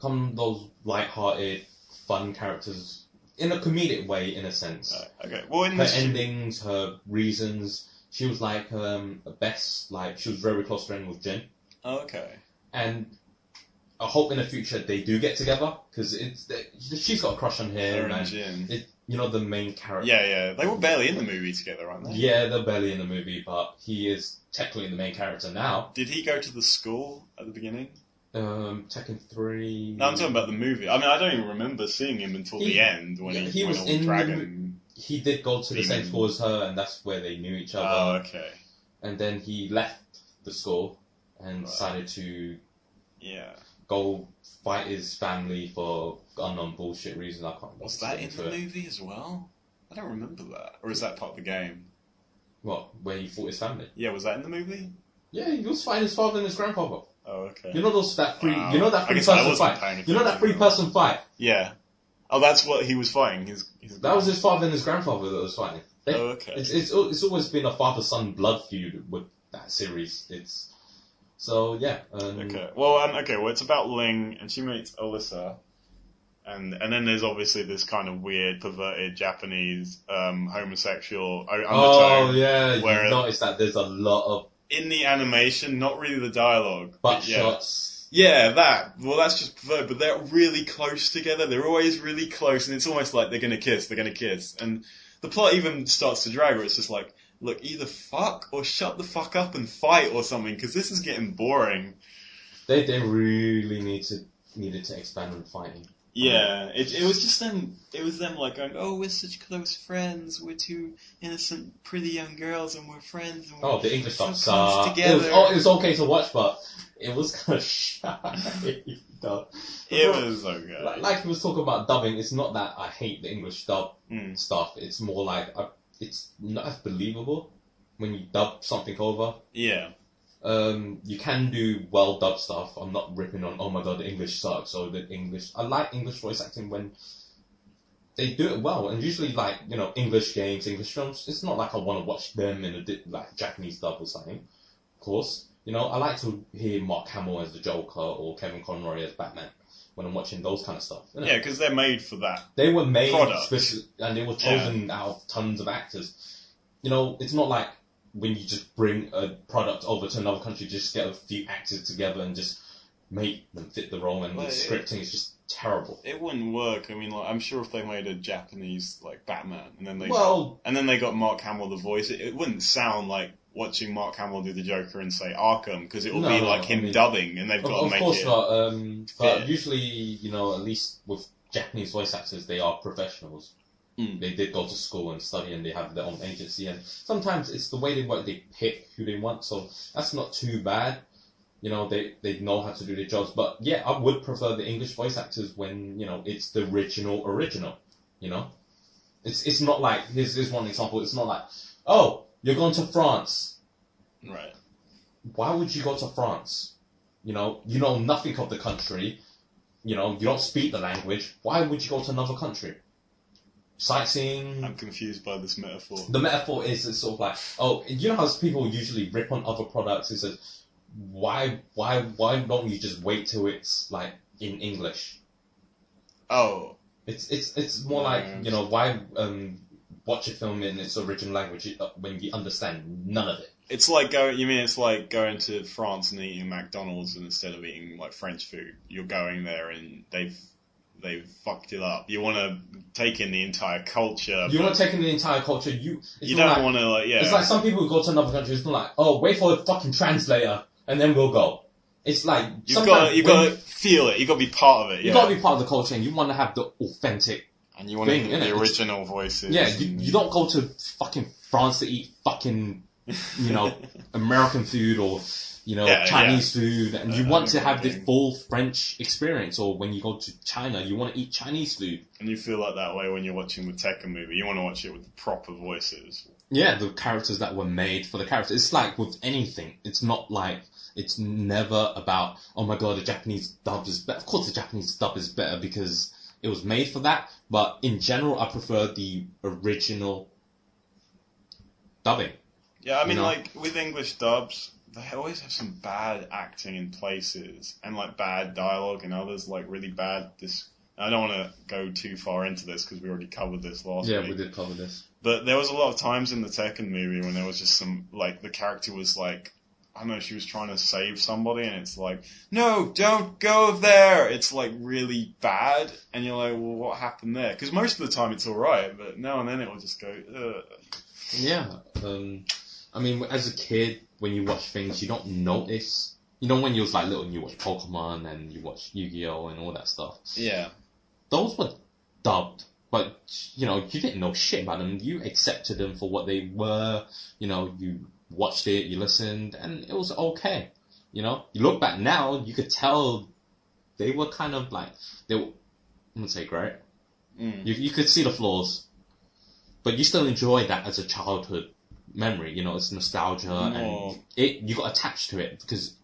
[SPEAKER 3] come those light-hearted, fun characters in a comedic way, in a sense.
[SPEAKER 2] Uh, okay. Well, in
[SPEAKER 3] her
[SPEAKER 2] this,
[SPEAKER 3] endings, her reasons. She was like um, best, like she was very close friend with Jin,
[SPEAKER 2] oh, okay.
[SPEAKER 3] and I hope in the future they do get together because it's they- she's got a crush on
[SPEAKER 2] Her
[SPEAKER 3] him,
[SPEAKER 2] and
[SPEAKER 3] and
[SPEAKER 2] Jin.
[SPEAKER 3] it, you know the main character.
[SPEAKER 2] Mm. Yeah, yeah. They were barely in the movie together, aren't they?
[SPEAKER 3] yeah, they're barely in the movie, but he is technically the main character now.
[SPEAKER 2] Did he go to the school at the beginning?
[SPEAKER 3] Um, Tekken three.
[SPEAKER 2] No, I'm talking about the movie. I mean, I don't even remember seeing him until
[SPEAKER 3] He-
[SPEAKER 2] the end when
[SPEAKER 3] yeah,
[SPEAKER 2] he,
[SPEAKER 3] he
[SPEAKER 2] went
[SPEAKER 3] was
[SPEAKER 2] all
[SPEAKER 3] in the
[SPEAKER 2] dragon.
[SPEAKER 3] he did go to the same
[SPEAKER 2] Demon.
[SPEAKER 3] school as her, and that's where they knew each other.
[SPEAKER 2] Mm. Oh, okay.
[SPEAKER 3] and then he left the school and
[SPEAKER 2] Right.
[SPEAKER 3] decided to
[SPEAKER 2] Yeah.
[SPEAKER 3] go fight his family for unknown bullshit reasons. I can't. remember
[SPEAKER 2] Was
[SPEAKER 3] to
[SPEAKER 2] that
[SPEAKER 3] get
[SPEAKER 2] in
[SPEAKER 3] into
[SPEAKER 2] the
[SPEAKER 3] it.
[SPEAKER 2] movie as well? I don't remember that. Or is that part of the game?
[SPEAKER 3] What? Where he fought his family?
[SPEAKER 2] Yeah, was that in the movie?
[SPEAKER 3] Yeah, he was fighting his father and his grandfather.
[SPEAKER 2] Oh, okay.
[SPEAKER 3] You know those that three.
[SPEAKER 2] Wow.
[SPEAKER 3] You know that
[SPEAKER 2] I
[SPEAKER 3] three
[SPEAKER 2] guess I
[SPEAKER 3] person
[SPEAKER 2] wasn't
[SPEAKER 3] fight.
[SPEAKER 2] paying
[SPEAKER 3] You know that three
[SPEAKER 2] attention.
[SPEAKER 3] person fight.
[SPEAKER 2] yeah. Oh, that's what he was fighting. His, his
[SPEAKER 3] That was his father and his grandfather that was fighting. They-
[SPEAKER 2] Oh, okay.
[SPEAKER 3] It's, it's al- it's always been a father son blood feud with that series. It's so yeah. Um,
[SPEAKER 2] Okay. Well, um, okay. Well, it's about Ling, and she meets Alyssa, and and then there's obviously this kind of weird, perverted Japanese um, homosexual o-
[SPEAKER 3] Oh
[SPEAKER 2] undertone
[SPEAKER 3] yeah,
[SPEAKER 2] Where-
[SPEAKER 3] you notice that there's a lot of
[SPEAKER 2] in the animation. Not really the dialogue,
[SPEAKER 3] butt
[SPEAKER 2] but yeah,
[SPEAKER 3] shots.
[SPEAKER 2] yeah, that. Well, that's just perverted. But they're really close together. They're always really close, and it's almost like they're gonna kiss. They're gonna kiss, and the plot even starts to drag where it's just like. Look, either fuck or shut the fuck up and fight or something, because this is getting boring.
[SPEAKER 3] They they really need to needed to expand on fighting.
[SPEAKER 2] Yeah, it it was just them. It was them like going, "Oh, we're such close friends. We're two innocent, pretty young girls, and we're friends." And we're
[SPEAKER 3] Oh, the English
[SPEAKER 2] so
[SPEAKER 3] stuff
[SPEAKER 2] close
[SPEAKER 3] sucked. It was,
[SPEAKER 2] together."
[SPEAKER 3] oh, it was okay to watch, but it was kind of shy. dub.
[SPEAKER 2] It was so good.
[SPEAKER 3] Like, like he was talking about dubbing, it's not that I hate the English dub
[SPEAKER 2] Mm.
[SPEAKER 3] stuff. It's more like I, it's not as believable when you dub something over.
[SPEAKER 2] yeah,
[SPEAKER 3] Um, you can do well dubbed stuff. I'm not ripping on. Oh my god, the English sucks. Or the English. I like English voice acting when they do it well. And usually, like you know, English games, English films. It's not like I want to watch them in a di- like Japanese dub or something. Of course, you know, I like to hear Mark Hamill as the Joker or Kevin Conroy as Batman when I'm watching those kind of stuff. innit?
[SPEAKER 2] yeah, because they're made for that.
[SPEAKER 3] They were made
[SPEAKER 2] Product.
[SPEAKER 3] speci- and they were
[SPEAKER 2] Yeah.
[SPEAKER 3] chosen out of tons of actors. You know, it's not like when you just bring a product over to another country, just get a few actors together and just make them fit the role, and
[SPEAKER 2] Well,
[SPEAKER 3] the
[SPEAKER 2] it-
[SPEAKER 3] scripting is just terrible.
[SPEAKER 2] It wouldn't work. I mean, like, I'm sure if they made a Japanese like Batman, and then they
[SPEAKER 3] Well,
[SPEAKER 2] and then they got Mark Hamill the voice, it, it wouldn't sound like watching Mark Hamill do the Joker and say Arkham, because it will
[SPEAKER 3] No,
[SPEAKER 2] be
[SPEAKER 3] no,
[SPEAKER 2] like
[SPEAKER 3] I
[SPEAKER 2] him
[SPEAKER 3] mean-
[SPEAKER 2] dubbing, and they've
[SPEAKER 3] of,
[SPEAKER 2] got to
[SPEAKER 3] of
[SPEAKER 2] make
[SPEAKER 3] course
[SPEAKER 2] it.
[SPEAKER 3] not. Um, but
[SPEAKER 2] fit.
[SPEAKER 3] usually, you know, at least with Japanese voice actors, they are professionals.
[SPEAKER 2] Mm.
[SPEAKER 3] They did go to school and study, and they have their own agency. And sometimes it's the way they work; they pick who they want, so that's not too bad. You know, they they know how to do their jobs. But yeah, I would prefer the English voice actors when you know it's the original original. You know, it's it's not like here's here's one example. It's not like oh you're going to France
[SPEAKER 2] Right.
[SPEAKER 3] why would you go to France? You know, you know nothing of the country. You know, you don't speak the language. Why would you go to another country?
[SPEAKER 2] I'm Um,
[SPEAKER 3] Sightseeing.
[SPEAKER 2] confused by this metaphor.
[SPEAKER 3] The metaphor is it's sort of like, oh, you know how people usually rip on other products. It says, why, why, why don't you just wait till it's like in English?
[SPEAKER 2] Oh,
[SPEAKER 3] It's it's it's more
[SPEAKER 2] Mm.
[SPEAKER 3] like you know why um watch a film in its original language uh, when you understand none of it.
[SPEAKER 2] It's like going. You mean it's like going to France and eating McDonald's and instead of eating like French food, you're going there and they've they fucked it up. You want to take in the entire culture.
[SPEAKER 3] You want to take in the entire culture. You it's
[SPEAKER 2] you don't
[SPEAKER 3] not like,
[SPEAKER 2] want to like yeah.
[SPEAKER 3] It's like some people go to another country. It's not like oh wait for a fucking translator and then we'll go. It's like
[SPEAKER 2] you've
[SPEAKER 3] sometimes
[SPEAKER 2] got you
[SPEAKER 3] when-
[SPEAKER 2] got to feel it. You got to be part of it.
[SPEAKER 3] you
[SPEAKER 2] Yeah.
[SPEAKER 3] gotta be part of the culture and you want to have the authentic.
[SPEAKER 2] and you want to
[SPEAKER 3] thing,
[SPEAKER 2] hear
[SPEAKER 3] innit?
[SPEAKER 2] the
[SPEAKER 3] It's-
[SPEAKER 2] original voices.
[SPEAKER 3] Yeah, you, you don't go to fucking France to eat fucking you know American food or you know
[SPEAKER 2] Yeah, yeah.
[SPEAKER 3] Chinese food, and you
[SPEAKER 2] Uh,
[SPEAKER 3] want to have the
[SPEAKER 2] American.
[SPEAKER 3] full French experience. Or when you go to China, you want to eat Chinese food.
[SPEAKER 2] and you feel like that way when you're watching the Tekken movie. You want to watch it with the proper voices.
[SPEAKER 3] Yeah, the characters that were made for the characters. It's like with anything. It's not like it's never about oh my god, the Japanese dub is better. Of course, the Japanese dub is better because it was made for that. But in general, I prefer the original dubbing.
[SPEAKER 2] Yeah, I mean,
[SPEAKER 3] No.
[SPEAKER 2] like with English dubs, they always have some bad acting in places and like bad dialogue, and others like really bad. This I don't want to go too far into this because we already covered this last week.
[SPEAKER 3] did cover this.
[SPEAKER 2] But there was a lot of times in the Tekken movie when there was just some like the character was like I don't know she was trying to save somebody and it's like no don't go there it's like really bad and you're like well what happened there because most of the time it's all right but now and then it will just go Ugh.
[SPEAKER 3] Yeah. Um, I mean, as a kid, when you watch things, you don't notice. You know, when you was like little, and you watch Pokemon and you watch Yu-Gi-Oh and all that stuff.
[SPEAKER 2] yeah
[SPEAKER 3] Those were dubbed, but you know, you didn't know shit about them. You accepted them for what they were. You know, you watched it, you listened, and it was okay. You know, you look back now, you could tell they were kind of like they were. I'm gonna say great.
[SPEAKER 2] mm.
[SPEAKER 3] You, you could see the flaws, but you still enjoy that as a childhood memory. You know, it's nostalgia, and
[SPEAKER 2] More.
[SPEAKER 3] it you got attached to it because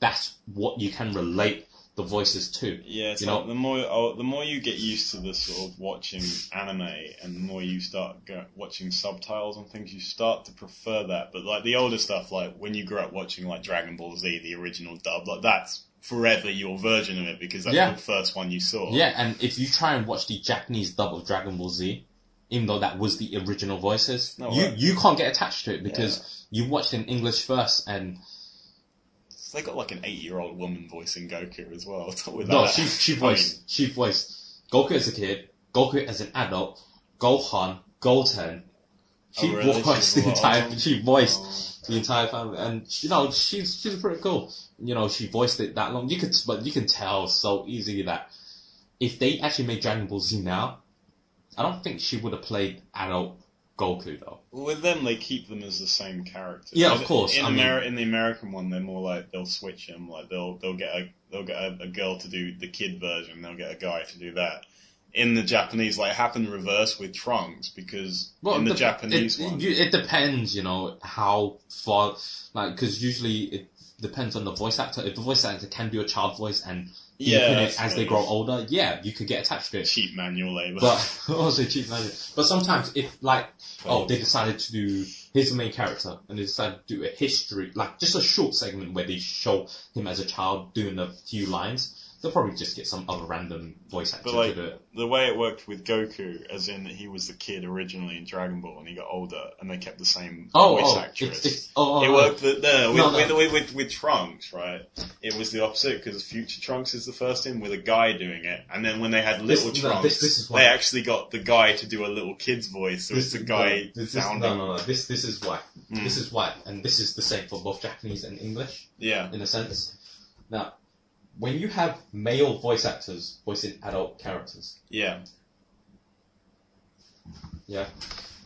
[SPEAKER 3] that's what you can relate the voices to.
[SPEAKER 2] yeah it's
[SPEAKER 3] You
[SPEAKER 2] like
[SPEAKER 3] know-
[SPEAKER 2] the more oh, the more you get used to the sort of watching anime and the more you start go, watching subtitles and things you start to prefer that but like the older stuff like when you grew up watching like Dragon Ball Z the original dub like that's forever your version of it because that's
[SPEAKER 3] Yeah.
[SPEAKER 2] the first one you saw
[SPEAKER 3] Yeah, and if you try and watch the Japanese dub of Dragon Ball Z, even though that was the original voices,
[SPEAKER 2] No
[SPEAKER 3] you
[SPEAKER 2] way.
[SPEAKER 3] you can't get attached to it because you watched in English first, and
[SPEAKER 2] they got like an eight year old woman voicing Goku as well with
[SPEAKER 3] No,
[SPEAKER 2] that.
[SPEAKER 3] she she
[SPEAKER 2] I
[SPEAKER 3] voiced she voiced Goku as a kid, Goku as an adult, Gohan, Goten. She
[SPEAKER 2] Oh, really? She
[SPEAKER 3] voiced the
[SPEAKER 2] voiced-
[SPEAKER 3] entire she voiced
[SPEAKER 2] Oh.
[SPEAKER 3] the entire family, and you know she's she's pretty cool. You know she voiced it that long. You could but you can tell so easily that if they actually made Dragon Ball Z now, I don't think she would have played adult Goku though.
[SPEAKER 2] With them, they keep them as the same character.
[SPEAKER 3] Yeah, of
[SPEAKER 2] Because
[SPEAKER 3] course,
[SPEAKER 2] In,
[SPEAKER 3] I mean-
[SPEAKER 2] Ameri- in the American one, they're more like they'll switch them. Like they'll they'll get a they'll get a, a girl to do the kid version. They'll get a guy to do that. In the Japanese, like it happened reverse with Trunks because in the,
[SPEAKER 3] it dep-
[SPEAKER 2] Japanese
[SPEAKER 3] it,
[SPEAKER 2] one,
[SPEAKER 3] you- it depends, you know, how far, like, because usually it depends on the voice actor. If the voice actor can do a child voice and
[SPEAKER 2] Yeah,
[SPEAKER 3] deepen it
[SPEAKER 2] that's
[SPEAKER 3] as they
[SPEAKER 2] nice.
[SPEAKER 3] grow older, yeah, you could get attached to it.
[SPEAKER 2] cheap manual labor.
[SPEAKER 3] But also cheap manager. But sometimes if like, oh, they decided to do here's the main character, and they decided to do a history, like just a short segment where they show him as a child doing a few lines. They'll probably just get some other random voice actor
[SPEAKER 2] But like
[SPEAKER 3] to do it.
[SPEAKER 2] the way it worked with Goku, as in that he was the kid originally in Dragon Ball, and he got older, and they kept the same
[SPEAKER 3] Oh,
[SPEAKER 2] voice
[SPEAKER 3] oh,
[SPEAKER 2] actress.
[SPEAKER 3] it's, it's, oh, oh,
[SPEAKER 2] It
[SPEAKER 3] oh.
[SPEAKER 2] worked the, no, with,
[SPEAKER 3] No, no.
[SPEAKER 2] With, with, with, with Trunks, right? It was the opposite because Future Trunks is the first in with a guy doing it, and then when they had
[SPEAKER 3] This-
[SPEAKER 2] Little
[SPEAKER 3] no,
[SPEAKER 2] Trunks,
[SPEAKER 3] this- this is why-
[SPEAKER 2] they actually got the guy to do a little kid's voice, so it's the
[SPEAKER 3] is-
[SPEAKER 2] guy
[SPEAKER 3] no, this
[SPEAKER 2] sounding.
[SPEAKER 3] Is, no, no, no. This this is why.
[SPEAKER 2] Mm.
[SPEAKER 3] This is why, and this is the same for both Japanese and English
[SPEAKER 2] Yeah,
[SPEAKER 3] in a sense. Now, when you have male voice actors voicing adult characters,
[SPEAKER 2] yeah,
[SPEAKER 3] yeah,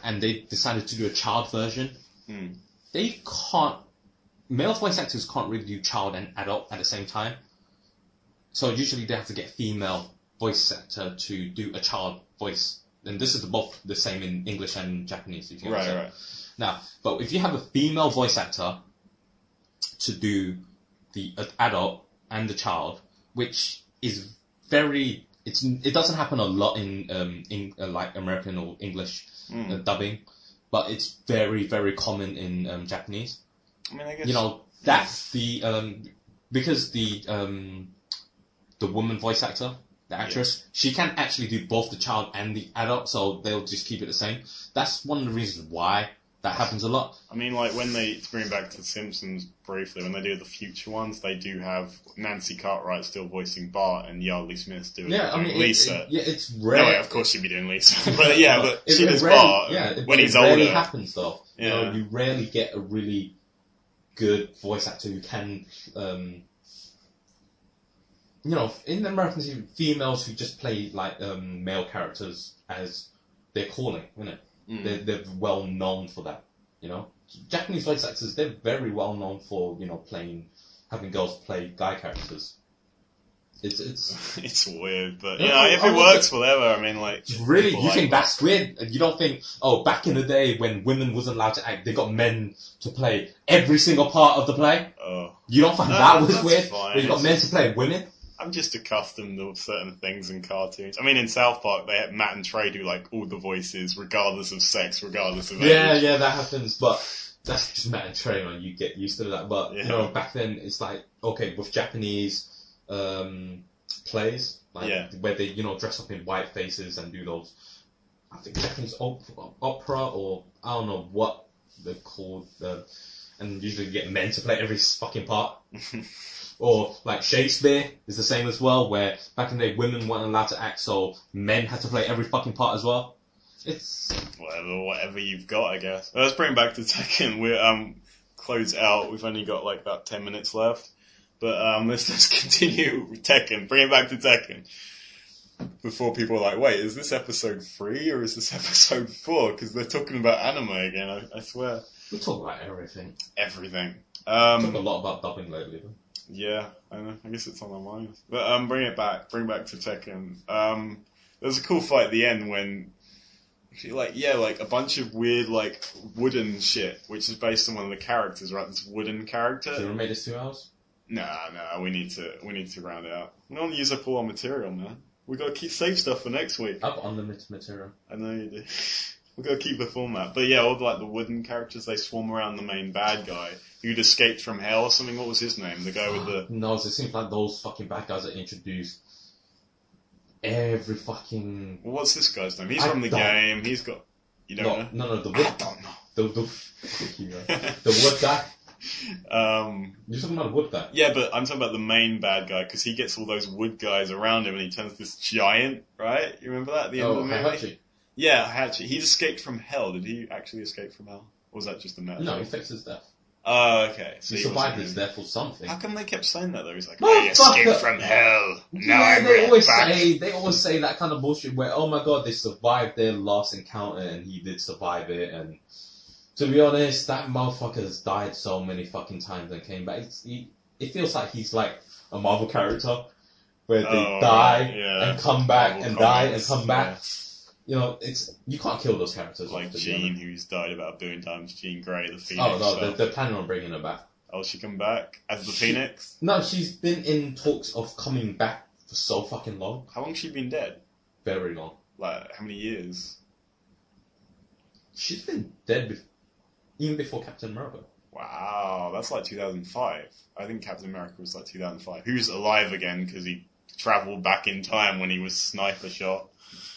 [SPEAKER 3] and they decided to do a child version,
[SPEAKER 2] Hmm.
[SPEAKER 3] they can't. Male voice actors can't really do child and adult at the same time. So usually they have to get female voice actor to do a child voice. And this is both the same in English and Japanese. If you
[SPEAKER 2] right,
[SPEAKER 3] understand.
[SPEAKER 2] right.
[SPEAKER 3] Now, but if you have a female voice actor to do the adult and the child, which is very, it's it doesn't happen a lot in um in uh, like American or English uh,
[SPEAKER 2] Mm.
[SPEAKER 3] dubbing, but it's very very common in um, Japanese.
[SPEAKER 2] I mean, I guess
[SPEAKER 3] You know that's the um because the um the woman voice actor. The actress, she can actually do both the child and the adult, so they'll just keep it the same. That's one of the reasons why That happens a lot.
[SPEAKER 2] I mean, like when they to bring back to The Simpsons briefly, when they do the future ones, they do have Nancy Cartwright still voicing Bart and Yardley Smith doing,
[SPEAKER 3] Yeah, I
[SPEAKER 2] doing
[SPEAKER 3] mean, it-
[SPEAKER 2] Lisa.
[SPEAKER 3] it- yeah, it's
[SPEAKER 2] no,
[SPEAKER 3] rare.
[SPEAKER 2] wait, of course she'd be doing Lisa, but yeah, but
[SPEAKER 3] It-
[SPEAKER 2] she
[SPEAKER 3] it
[SPEAKER 2] does
[SPEAKER 3] rarely-
[SPEAKER 2] Bart
[SPEAKER 3] yeah, it-
[SPEAKER 2] when
[SPEAKER 3] it
[SPEAKER 2] he's
[SPEAKER 3] rarely
[SPEAKER 2] older.
[SPEAKER 3] happens though. You, know,
[SPEAKER 2] Yeah.
[SPEAKER 3] you rarely get a really good voice actor who can, um, you know, in the American TV, females who just play like um, male characters as their calling, you know,
[SPEAKER 2] Mm.
[SPEAKER 3] they're, they're well known for that. You know, Japanese voice actors they're very well known for you know playing having girls play guy characters. It's it's
[SPEAKER 2] it's weird, but
[SPEAKER 3] No,
[SPEAKER 2] yeah,
[SPEAKER 3] I-
[SPEAKER 2] if
[SPEAKER 3] I
[SPEAKER 2] it
[SPEAKER 3] would-
[SPEAKER 2] works, whatever. I mean, like
[SPEAKER 3] Really,
[SPEAKER 2] people
[SPEAKER 3] you
[SPEAKER 2] like
[SPEAKER 3] think
[SPEAKER 2] that.
[SPEAKER 3] that's weird? You don't think, oh, back in the day when women wasn't allowed to act, they got men to play every single part of the play.
[SPEAKER 2] Oh,
[SPEAKER 3] You don't find
[SPEAKER 2] No,
[SPEAKER 3] that was
[SPEAKER 2] that's
[SPEAKER 3] weird?
[SPEAKER 2] fine.
[SPEAKER 3] But you got men to play women.
[SPEAKER 2] I'm just accustomed to certain things in cartoons. I mean, in South Park, they have Matt and Trey do like all the voices, regardless of sex, regardless of
[SPEAKER 3] Yeah,
[SPEAKER 2] age.
[SPEAKER 3] yeah, that happens, but that's just matter of training. You get used to that. But you
[SPEAKER 2] Yeah.
[SPEAKER 3] know, back then it's like okay with Japanese um, plays, like
[SPEAKER 2] Yeah.
[SPEAKER 3] where they you know dress up in white faces and do those. I think Japanese opera, opera or I don't know what they're called, uh, and usually you get men to play every fucking part. Or like Shakespeare is the same as well, where back in the day women weren't allowed to act, so men had to play every fucking part as well. It's
[SPEAKER 2] whatever, whatever you've got, I guess. Let's bring back to Tekken. We're um close out. We've only got like about ten minutes left, but um let's just continue with Tekken. Bring it back to Tekken. Before people are like, wait, is this episode three or is this episode four? Because they're talking about anime again. I, I swear,
[SPEAKER 3] we talk about everything.
[SPEAKER 2] everything.
[SPEAKER 3] talk a
[SPEAKER 2] Um,
[SPEAKER 3] lot about dubbing lately. But
[SPEAKER 2] yeah, I know. I guess it's on our minds. But um, bring it back. Bring back to Tekken. Um, there's a cool fight at the end when, actually, like, yeah, like a bunch of weird, like, wooden shit, which is based on one of the characters, right? This wooden
[SPEAKER 3] should we
[SPEAKER 2] character.
[SPEAKER 3] make this two hours?
[SPEAKER 2] Nah, nah. We need to. We need to round it out. We don't use up all our material, man. We gotta keep save stuff for next week.
[SPEAKER 3] I've got unlimited material.
[SPEAKER 2] I know you do. we gotta keep the format. But yeah, all the, like the wooden characters, they swarm around the main bad guy who'd escaped from hell or something. What was his name? The guy with the
[SPEAKER 3] No, it seems like those fucking bad guys are introduced every fucking.
[SPEAKER 2] Well, what's this guy's name? He's
[SPEAKER 3] I
[SPEAKER 2] from the
[SPEAKER 3] don't-
[SPEAKER 2] game. He's got. You don't know.
[SPEAKER 3] No, no, no, the
[SPEAKER 2] I
[SPEAKER 3] wood,
[SPEAKER 2] don't
[SPEAKER 3] the the, fuck you, man.
[SPEAKER 2] know.
[SPEAKER 3] the wood guy.
[SPEAKER 2] um,
[SPEAKER 3] You're talking about the wood guy.
[SPEAKER 2] yeah, but I'm talking about the main bad guy because he gets all those wood guys around him and he turns this giant, right? You remember that at the end
[SPEAKER 3] oh,
[SPEAKER 2] of the movie?
[SPEAKER 3] Heihachi.
[SPEAKER 2] Yeah, Hachi. He escaped from hell. Did he actually escape from hell? Or was that just a metaphor?
[SPEAKER 3] No, he faked his death.
[SPEAKER 2] Oh, okay. So
[SPEAKER 3] he
[SPEAKER 2] wasn't
[SPEAKER 3] survived his
[SPEAKER 2] really-
[SPEAKER 3] death or something.
[SPEAKER 2] How come they kept saying that though? He's like, I
[SPEAKER 3] Motherfucker!
[SPEAKER 2] escaped from hell. Now
[SPEAKER 3] yeah,
[SPEAKER 2] I'm
[SPEAKER 3] they
[SPEAKER 2] right
[SPEAKER 3] always
[SPEAKER 2] back.
[SPEAKER 3] say they always say that kind of bullshit where oh my god they survived their last encounter and he did survive it and to be honest that motherfucker has died so many fucking times and came back it's, he, it feels like he's like a Marvel character where they
[SPEAKER 2] Oh,
[SPEAKER 3] die
[SPEAKER 2] yeah.
[SPEAKER 3] and come back
[SPEAKER 2] Marvel
[SPEAKER 3] and die and
[SPEAKER 2] comics,
[SPEAKER 3] come back you know it's you can't kill those characters
[SPEAKER 2] Like
[SPEAKER 3] to be
[SPEAKER 2] Jean,
[SPEAKER 3] honest.
[SPEAKER 2] who's died about a billion times. Jean Grey, the Phoenix.
[SPEAKER 3] oh no
[SPEAKER 2] so-
[SPEAKER 3] they're, they're planning on bringing her back
[SPEAKER 2] Oh, she come back as the
[SPEAKER 3] She-
[SPEAKER 2] Phoenix.
[SPEAKER 3] no she's been in talks of coming back for so fucking long
[SPEAKER 2] How long she been dead?
[SPEAKER 3] very long
[SPEAKER 2] Like how many years?
[SPEAKER 3] She's been dead bef- even before Captain America.
[SPEAKER 2] Wow, that's like 2005. I think Captain America was like 2005. Who's alive again because he traveled back in time when he was sniper shot.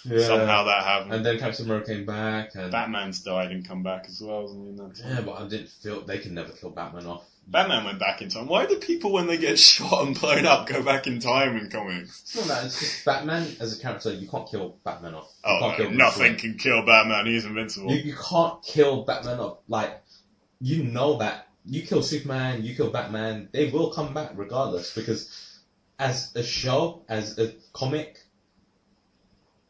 [SPEAKER 2] Somehow that happened.
[SPEAKER 3] And then Captain America came back, and
[SPEAKER 2] Batman's died and come back as well. Isn't he? That's-
[SPEAKER 3] yeah, but I didn't feel they could never kill Batman off.
[SPEAKER 2] Batman went back in time. Why do people when they get shot and blown up go back in time in comics?
[SPEAKER 3] It's not that. It's just Batman as a character. You can't kill Batman off. You
[SPEAKER 2] Oh,
[SPEAKER 3] can't
[SPEAKER 2] no,
[SPEAKER 3] kill Bruce
[SPEAKER 2] nothing can kill Batman. He's
[SPEAKER 3] Wayne.
[SPEAKER 2] invincible.
[SPEAKER 3] You, you can't kill Batman off. Like you know that you kill Superman, you kill Batman, they will come back regardless because as a show, as a comic,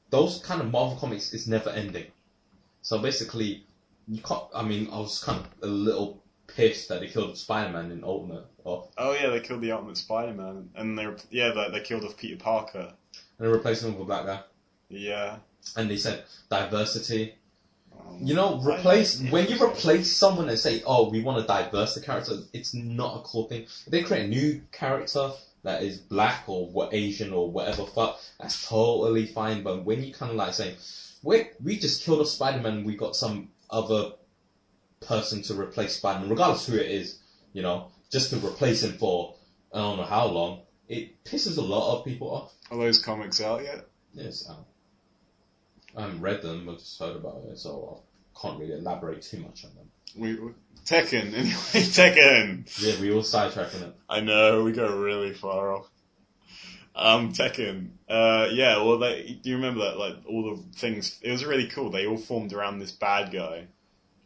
[SPEAKER 3] those kind of Marvel comics is never ending. So basically, you can't. I mean, I was kind of a little pissed that they killed Spider Man in Ultimate, or
[SPEAKER 2] Oh yeah, they killed the Ultimate Spider-Man, and they rep- yeah they, they killed off Peter Parker.
[SPEAKER 3] and replaced him with a black guy.
[SPEAKER 2] Yeah.
[SPEAKER 3] And they said diversity.
[SPEAKER 2] Um,
[SPEAKER 3] You know,
[SPEAKER 2] I-
[SPEAKER 3] replace when you replace someone and say, "Oh, we want to diverse the character," it's not a cool thing. If they create a new character that is black or what Asian or whatever fuck, that's totally fine. But when you kind of like saying, "We we just killed a Spider-Man, we got some other person to replace Spider-Man, regardless who it is," you know, just to replace him for I don't know how long, it pisses a lot of people off.
[SPEAKER 2] Are those comics out yet?
[SPEAKER 3] um, Yes, I haven't read them, I just heard about it, so I'll can't really elaborate too much on them.
[SPEAKER 2] We, we Tekken anyway. Tekken.
[SPEAKER 3] Yeah, we all sidetracking it.
[SPEAKER 2] I know we go really far off. Um, Tekken. Uh, yeah. Well, they, do you remember that? Like all the things. It was really cool. They all formed around this bad guy,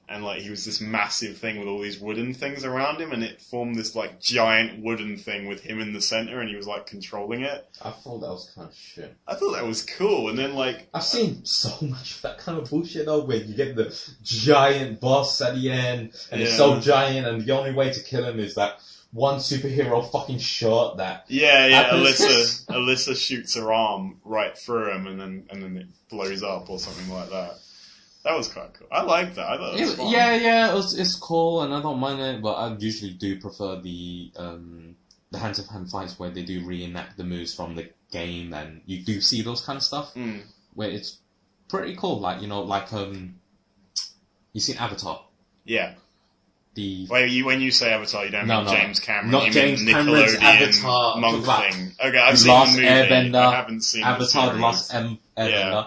[SPEAKER 2] and like he was this massive thing with all these wooden things around him, and it formed this like giant wooden thing with him in the center, and he was like controlling it.
[SPEAKER 3] I thought that was kind of shit.
[SPEAKER 2] I thought that was cool. And then like
[SPEAKER 3] I've seen so much of that kind of bullshit though, where you get the giant boss at the end, and it's so
[SPEAKER 2] Yeah.
[SPEAKER 3] giant, and the only way to kill him is that one superhero fucking shot that.
[SPEAKER 2] Yeah, yeah.
[SPEAKER 3] Happens.
[SPEAKER 2] Alyssa, Alyssa shoots her arm right through him, and then and then it blows up or something like that. That was quite cool. I liked that. I thought it was fun.
[SPEAKER 3] Yeah, yeah, it was, it's cool, and I don't mind it, but I usually do prefer the um, the hands of hand fights where they do reenact the moves from the game, and you do see those kind of stuff.
[SPEAKER 2] Mm.
[SPEAKER 3] where it's pretty cool. Like you know, like um, you seen Avatar,
[SPEAKER 2] Yeah.
[SPEAKER 3] the
[SPEAKER 2] Well, you, when you say Avatar, you don't
[SPEAKER 3] No,
[SPEAKER 2] mean
[SPEAKER 3] no.
[SPEAKER 2] James Cameron.
[SPEAKER 3] Not
[SPEAKER 2] you
[SPEAKER 3] James
[SPEAKER 2] mean
[SPEAKER 3] Cameron's
[SPEAKER 2] Nickelodeon
[SPEAKER 3] Avatar,
[SPEAKER 2] monk
[SPEAKER 3] the rap.
[SPEAKER 2] thing. Okay, I've
[SPEAKER 3] The
[SPEAKER 2] seen
[SPEAKER 3] Last
[SPEAKER 2] the movie.
[SPEAKER 3] Airbender,
[SPEAKER 2] I haven't seen
[SPEAKER 3] Avatar:
[SPEAKER 2] the
[SPEAKER 3] The
[SPEAKER 2] series.
[SPEAKER 3] Last M- Airbender,
[SPEAKER 2] Yeah.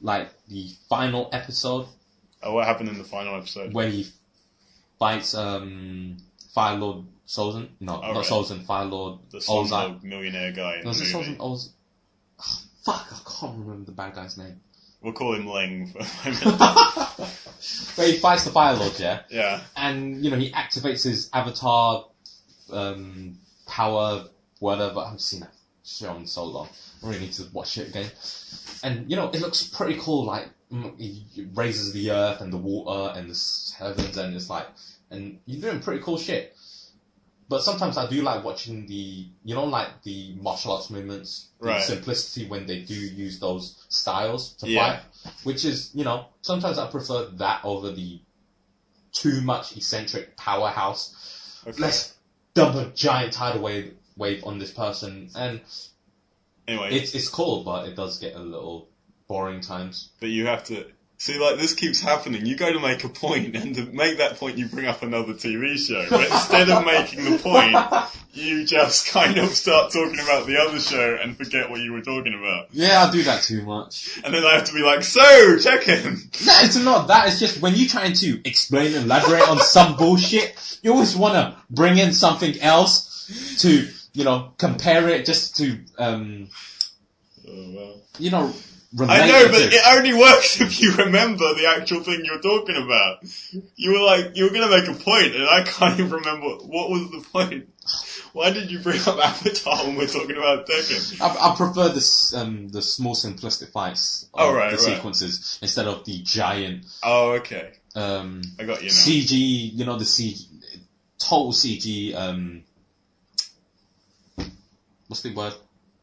[SPEAKER 3] like the final episode
[SPEAKER 2] Oh, what happened in the final episode?
[SPEAKER 3] where he fights um Fire Lord Solzan, no, not
[SPEAKER 2] right.
[SPEAKER 3] Solzan, Fire Lord
[SPEAKER 2] The
[SPEAKER 3] Ozai.
[SPEAKER 2] slumdog millionaire guy in
[SPEAKER 3] No,
[SPEAKER 2] the
[SPEAKER 3] is it
[SPEAKER 2] movie.
[SPEAKER 3] Solzan? Oz- Oh, fuck, I can't remember the bad guy's name.
[SPEAKER 2] We'll call him Ling for a moment.
[SPEAKER 3] Where he fights the Fire Lord, yeah.
[SPEAKER 2] yeah.
[SPEAKER 3] and you know he activates his avatar um, power whatever I've seen that show on so long I really need to watch it again and you know it looks pretty cool like mm, he raises the earth and the water and the s- heavens and it's like and you're doing pretty cool shit but sometimes I do like watching the you know like the martial arts movements the
[SPEAKER 2] Right.
[SPEAKER 3] simplicity when they do use those styles to
[SPEAKER 2] Yeah.
[SPEAKER 3] fight which is you know sometimes I prefer that over the too much eccentric powerhouse.
[SPEAKER 2] Okay.
[SPEAKER 3] Let's dump a giant tidal wave wave on this person, and
[SPEAKER 2] Anyway,
[SPEAKER 3] it's it's cool, but it does get a little boring times.
[SPEAKER 2] But you have to see, like this keeps happening. You go to make a point, and to make that point, you bring up another TV show. But instead of making the point, you just kind of start talking about the other show and forget what you were talking about.
[SPEAKER 3] Yeah, I do that too much.
[SPEAKER 2] And then I have to be like, "So, check him."
[SPEAKER 3] No, it's not that. It's just when you're trying to explain and elaborate on some bullshit, you always want to bring in something else to you know compare it just to um
[SPEAKER 2] Oh, well.
[SPEAKER 3] you know. relate
[SPEAKER 2] I know,
[SPEAKER 3] it
[SPEAKER 2] but
[SPEAKER 3] to.
[SPEAKER 2] it only works if you remember the actual thing you're talking about. You were like, you were going to make a point, and I can't even remember what was the point. Why did you bring up Avatar when we're talking about Tekken?
[SPEAKER 3] I, I prefer the s- um, the small simplistic fights of
[SPEAKER 2] Oh, right,
[SPEAKER 3] the
[SPEAKER 2] right.
[SPEAKER 3] sequences instead of the giant
[SPEAKER 2] Oh, okay,
[SPEAKER 3] um,
[SPEAKER 2] I got you now.
[SPEAKER 3] CG. You know the CG, total CG. Um, what's the word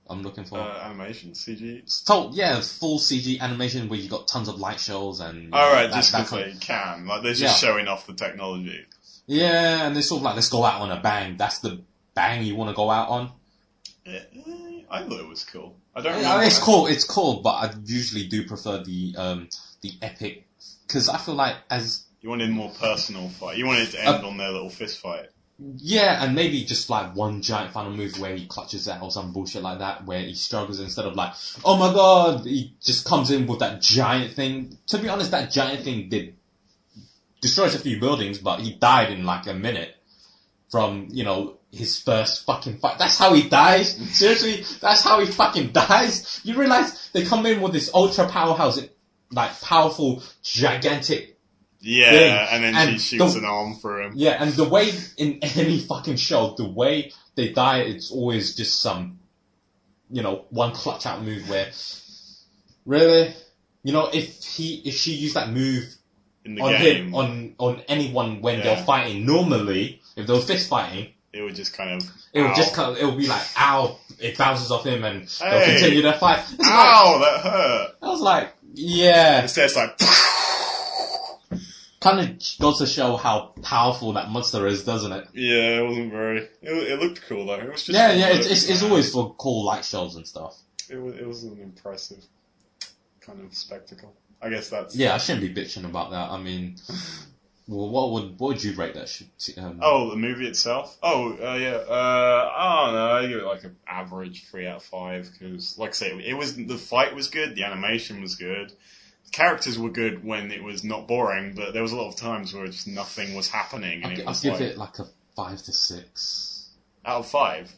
[SPEAKER 3] I'm looking for?
[SPEAKER 2] Uh, animation, CG.
[SPEAKER 3] It's total, yeah, full CG animation where you got tons of light shows and. you
[SPEAKER 2] All
[SPEAKER 3] know,
[SPEAKER 2] right,
[SPEAKER 3] that-
[SPEAKER 2] just
[SPEAKER 3] that
[SPEAKER 2] 'cause
[SPEAKER 3] kind-
[SPEAKER 2] they can. Like they're just
[SPEAKER 3] Yeah.
[SPEAKER 2] showing off the technology.
[SPEAKER 3] yeah, and they're sort of like let's go out on a bang. That's the bang you want to go out on.
[SPEAKER 2] Eh, I thought it was cool. I don't.
[SPEAKER 3] Yeah,
[SPEAKER 2] remember
[SPEAKER 3] it's
[SPEAKER 2] that.
[SPEAKER 3] cool. It's cool, but I usually do prefer the um, the epic because I feel like as
[SPEAKER 2] You wanted more personal fight. You wanted to
[SPEAKER 3] Uh,
[SPEAKER 2] end on their little fist fight.
[SPEAKER 3] Yeah, and maybe just like one giant final move where he clutches that or some bullshit like that, where he struggles instead of like, oh my god, he just comes in with that giant thing. To be honest, that giant thing did destroys a few buildings, but he died in like a minute from you know his first fucking fight. That's how he dies. Seriously, that's how he fucking dies. You realize they come in with this ultra powerhouse, like powerful, gigantic
[SPEAKER 2] Yeah,
[SPEAKER 3] Yeah,
[SPEAKER 2] and then
[SPEAKER 3] and
[SPEAKER 2] she shoots
[SPEAKER 3] the-
[SPEAKER 2] an arm for him.
[SPEAKER 3] yeah, and the way in any fucking show, the way they die, it's always just some, you know, one clutch out move where, really, you know, if he if she used that move
[SPEAKER 2] In the
[SPEAKER 3] on
[SPEAKER 2] game,
[SPEAKER 3] him on on anyone when
[SPEAKER 2] Yeah.
[SPEAKER 3] they're fighting normally, if they were fist fighting,
[SPEAKER 2] it would just kind of.
[SPEAKER 3] it would just
[SPEAKER 2] Ow.
[SPEAKER 3] kind of, it would be like ow, it bounces off him and they'll
[SPEAKER 2] Hey.
[SPEAKER 3] continue their fight. It's like,
[SPEAKER 2] Ow, that hurt.
[SPEAKER 3] I was like, yeah,
[SPEAKER 2] Instead, it's like.
[SPEAKER 3] kind of goes to show how powerful that monster is, doesn't it?
[SPEAKER 2] yeah, it wasn't very. It, it looked cool though. It was just.
[SPEAKER 3] Yeah, yeah, it's, it's, it's always for cool light shows and stuff.
[SPEAKER 2] It was. It was an impressive kind of spectacle. I guess that's.
[SPEAKER 3] Yeah, I shouldn't be bitching about that. I mean, well, what would what would you rate that? Sh- sh- um,
[SPEAKER 2] Oh, the movie itself? Oh, uh, yeah. Uh, I don't know. I give it like an average three out of five because, like I say, it was the fight was good, the animation was good, characters were good when it was not boring, but there was a lot of times where just nothing was happening, and
[SPEAKER 3] I'll,
[SPEAKER 2] it
[SPEAKER 3] gi- I'll
[SPEAKER 2] was
[SPEAKER 3] give
[SPEAKER 2] like
[SPEAKER 3] it like a five to six.
[SPEAKER 2] out of five.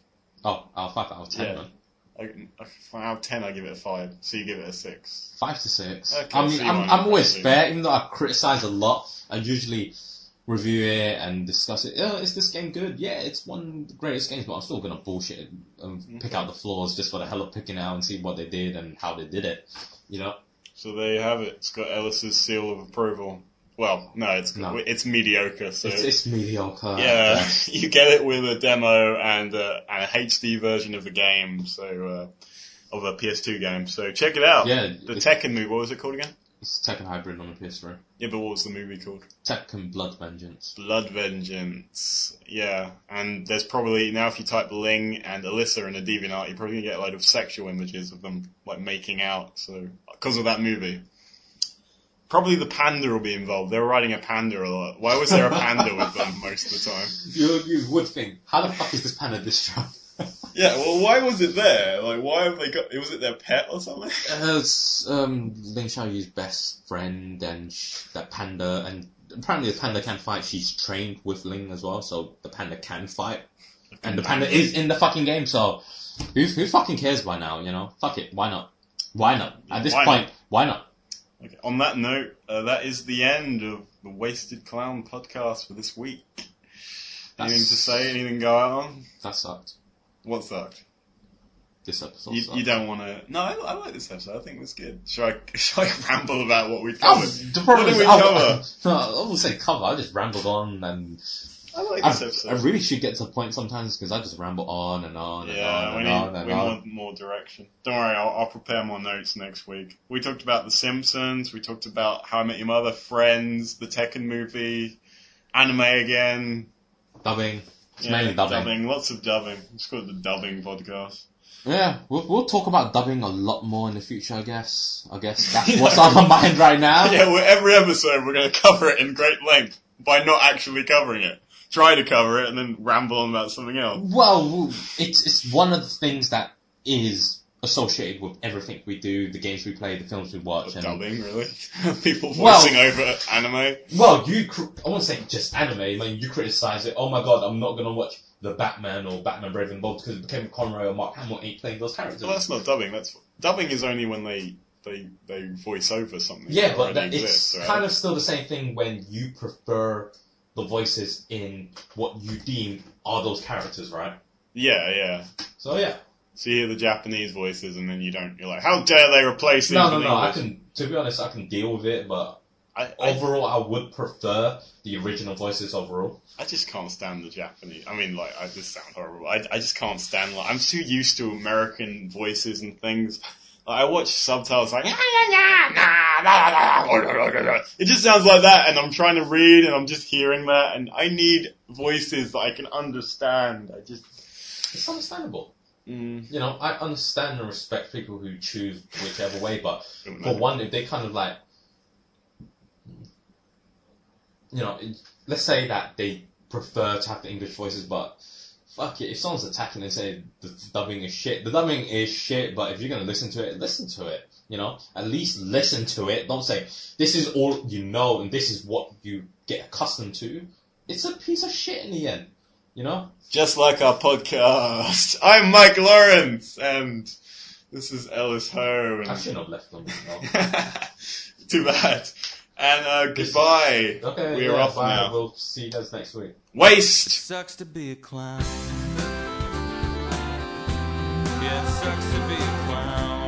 [SPEAKER 3] Oh, out of five out of ten.
[SPEAKER 2] Yeah.
[SPEAKER 3] man.
[SPEAKER 2] I, I- out of ten, I give it a five. So you give it a six.
[SPEAKER 3] Five to six.
[SPEAKER 2] Okay,
[SPEAKER 3] I mean,
[SPEAKER 2] so you
[SPEAKER 3] I'm,
[SPEAKER 2] want
[SPEAKER 3] I'm always
[SPEAKER 2] to-
[SPEAKER 3] fair, even though I criticize a lot. I usually review it and discuss it. Oh, is this game good? Yeah, it's one of the greatest games, but I'm still gonna bullshit it
[SPEAKER 2] Mm-hmm.
[SPEAKER 3] and pick out the flaws just for the hell of picking out and see what they did and how they did it. You know?
[SPEAKER 2] So there you have it. It's got Ellis's seal of approval. Well, no, it's
[SPEAKER 3] No.
[SPEAKER 2] it's mediocre. So
[SPEAKER 3] It's, it's mediocre.
[SPEAKER 2] yeah, Uh, you get it with a demo and uh, and a HD version of the game. So uh, of a PS2 game. So check it out.
[SPEAKER 3] Yeah,
[SPEAKER 2] the
[SPEAKER 3] it's-
[SPEAKER 2] Tekken movie. What was it called again?
[SPEAKER 3] It's Tekken Hybrid on the PS3.
[SPEAKER 2] Yeah, but what was the movie called?
[SPEAKER 3] Tekken Blood Vengeance.
[SPEAKER 2] Blood Vengeance. Yeah, and there's probably now if you type Ling and Alyssa in a DeviantArt, you're probably gonna get a load of sexual images of them like making out. So because of that movie, probably the panda will be involved. They were riding a panda a lot. Why was there a panda with them most of the time?
[SPEAKER 3] You, you would think, how the fuck is this panda this strong?
[SPEAKER 2] Yeah, well, why was it there? Like, why have they got? Was it their pet or something?
[SPEAKER 3] Uh, it's, um, Ling Xiaoyu's best friend and sh- that panda, and apparently the panda can fight. She's trained with Ling as well, so the panda can fight. And the panda is in the fucking game, so who, who fucking cares by now, you know? Fuck it, why not? Why not? At this
[SPEAKER 2] Why
[SPEAKER 3] point, why not?
[SPEAKER 2] Okay, on that note, uh, that is the end of the Wasted Clown podcast for this week. Anything
[SPEAKER 3] That's-
[SPEAKER 2] to say? Anything go out on?
[SPEAKER 3] That sucked.
[SPEAKER 2] What sucked?
[SPEAKER 3] This episode
[SPEAKER 2] You,
[SPEAKER 3] sucked.
[SPEAKER 2] you don't want to. No, I, I like this episode. I think it was good. Should I, should I ramble about what we
[SPEAKER 3] Oh,
[SPEAKER 2] covered?
[SPEAKER 3] the problem
[SPEAKER 2] What did
[SPEAKER 3] is,
[SPEAKER 2] we
[SPEAKER 3] I,
[SPEAKER 2] cover?
[SPEAKER 3] no, I wouldn't say cover. I just rambled on, and
[SPEAKER 2] I like this
[SPEAKER 3] I, I
[SPEAKER 2] episode.
[SPEAKER 3] really should get to a point sometimes because I just ramble on and on and
[SPEAKER 2] yeah,
[SPEAKER 3] on
[SPEAKER 2] we
[SPEAKER 3] and
[SPEAKER 2] need
[SPEAKER 3] on and
[SPEAKER 2] we
[SPEAKER 3] on.
[SPEAKER 2] want more direction. Don't worry, I'll, I'll prepare more notes next week. We talked about The Simpsons. We talked about How I Met Your Mother, Friends, the Tekken movie, anime again.
[SPEAKER 3] Dubbing. It's
[SPEAKER 2] Yeah,
[SPEAKER 3] mainly dubbing.
[SPEAKER 2] Lots of dubbing. It's called the Dubbing Podcast.
[SPEAKER 3] Yeah, we'll, we'll talk about dubbing a lot more in the future, I guess. I guess that's what's on my mind right now.
[SPEAKER 2] Yeah, well, every episode we're going to cover it in great length by not actually covering it. Try to cover it and then ramble on about something else.
[SPEAKER 3] Well, it's it's one of the things that is associated with everything we do, the games we play, the films we watch, and
[SPEAKER 2] Dubbing, really? People
[SPEAKER 3] Well-
[SPEAKER 2] voicing over anime.
[SPEAKER 3] well, you cr- I won't say just anime. Like you criticize it. Oh my god, I'm not gonna watch the Batman or Batman Brave and Bold because Kevin Conroy or Mark Hamill ain't playing those characters.
[SPEAKER 2] Well, that's not dubbing. That's dubbing is only when they they they voice over something.
[SPEAKER 3] Yeah,
[SPEAKER 2] that
[SPEAKER 3] but
[SPEAKER 2] already
[SPEAKER 3] that,
[SPEAKER 2] exists,
[SPEAKER 3] it's
[SPEAKER 2] right?
[SPEAKER 3] kind of still the same thing when you prefer the voices in what you deem are those characters, right?
[SPEAKER 2] Yeah, yeah.
[SPEAKER 3] So yeah.
[SPEAKER 2] So you hear the Japanese voices, and then you don't. You're like, how dare they replace these
[SPEAKER 3] No, no,
[SPEAKER 2] with
[SPEAKER 3] no. I
[SPEAKER 2] English?
[SPEAKER 3] can, to be honest, I can deal with it, but
[SPEAKER 2] I, I,
[SPEAKER 3] overall, I would prefer the original voices overall.
[SPEAKER 2] I just can't stand the Japanese. I mean, like, I just sound horrible. I, I just can't stand. Like, I'm too used to American voices and things. Like, I watch subtitles like it just sounds like that, and I'm trying to read, and I'm just hearing that, and I need voices that I can understand. I just.
[SPEAKER 3] It's understandable.
[SPEAKER 2] Mm,
[SPEAKER 3] You know, I understand and respect people who choose whichever way, but
[SPEAKER 2] don't know.
[SPEAKER 3] for one, if they kind of like, you know, it- let's say that they prefer to have the English voices, but fuck it, if someone's attacking and say the dubbing is shit, the dubbing is shit, but if you're gonna listen to it, listen to it. You know, at least listen to it. Don't say this is all you know and this is what you get accustomed to. It's a piece of shit in the end. You know,
[SPEAKER 2] Just like our podcast. I'm Mike Lawrence, and this is Ellis Ho.
[SPEAKER 3] I
[SPEAKER 2] And...
[SPEAKER 3] shouldn't have left them. you know.
[SPEAKER 2] Too bad. And uh, goodbye.
[SPEAKER 3] Okay,
[SPEAKER 2] We're
[SPEAKER 3] yeah,
[SPEAKER 2] off
[SPEAKER 3] bye.
[SPEAKER 2] now.
[SPEAKER 3] We'll see you guys next week.
[SPEAKER 1] It
[SPEAKER 2] Waste!
[SPEAKER 1] sucks to be a clown. Yeah, it sucks to be a clown.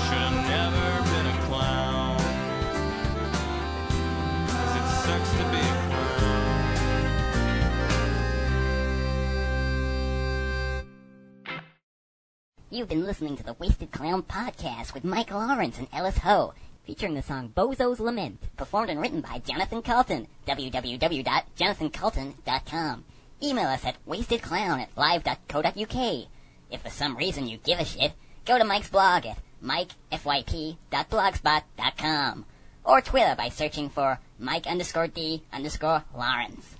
[SPEAKER 1] Should have never been a clown. 'Cause it sucks to be a clown.
[SPEAKER 4] You've been listening to the Wasted Clown Podcast with Mike Lawrence and Ellis Ho, featuring the song Bozo's Lament, performed and written by Jonathan Calton, www.jonathancalton.com. Email us at wastedclown at live.co.uk. If for some reason you give a shit, go to Mike's blog at mikefyp.blogspot.com or Twitter by searching for Mike underscore D underscore Lawrence.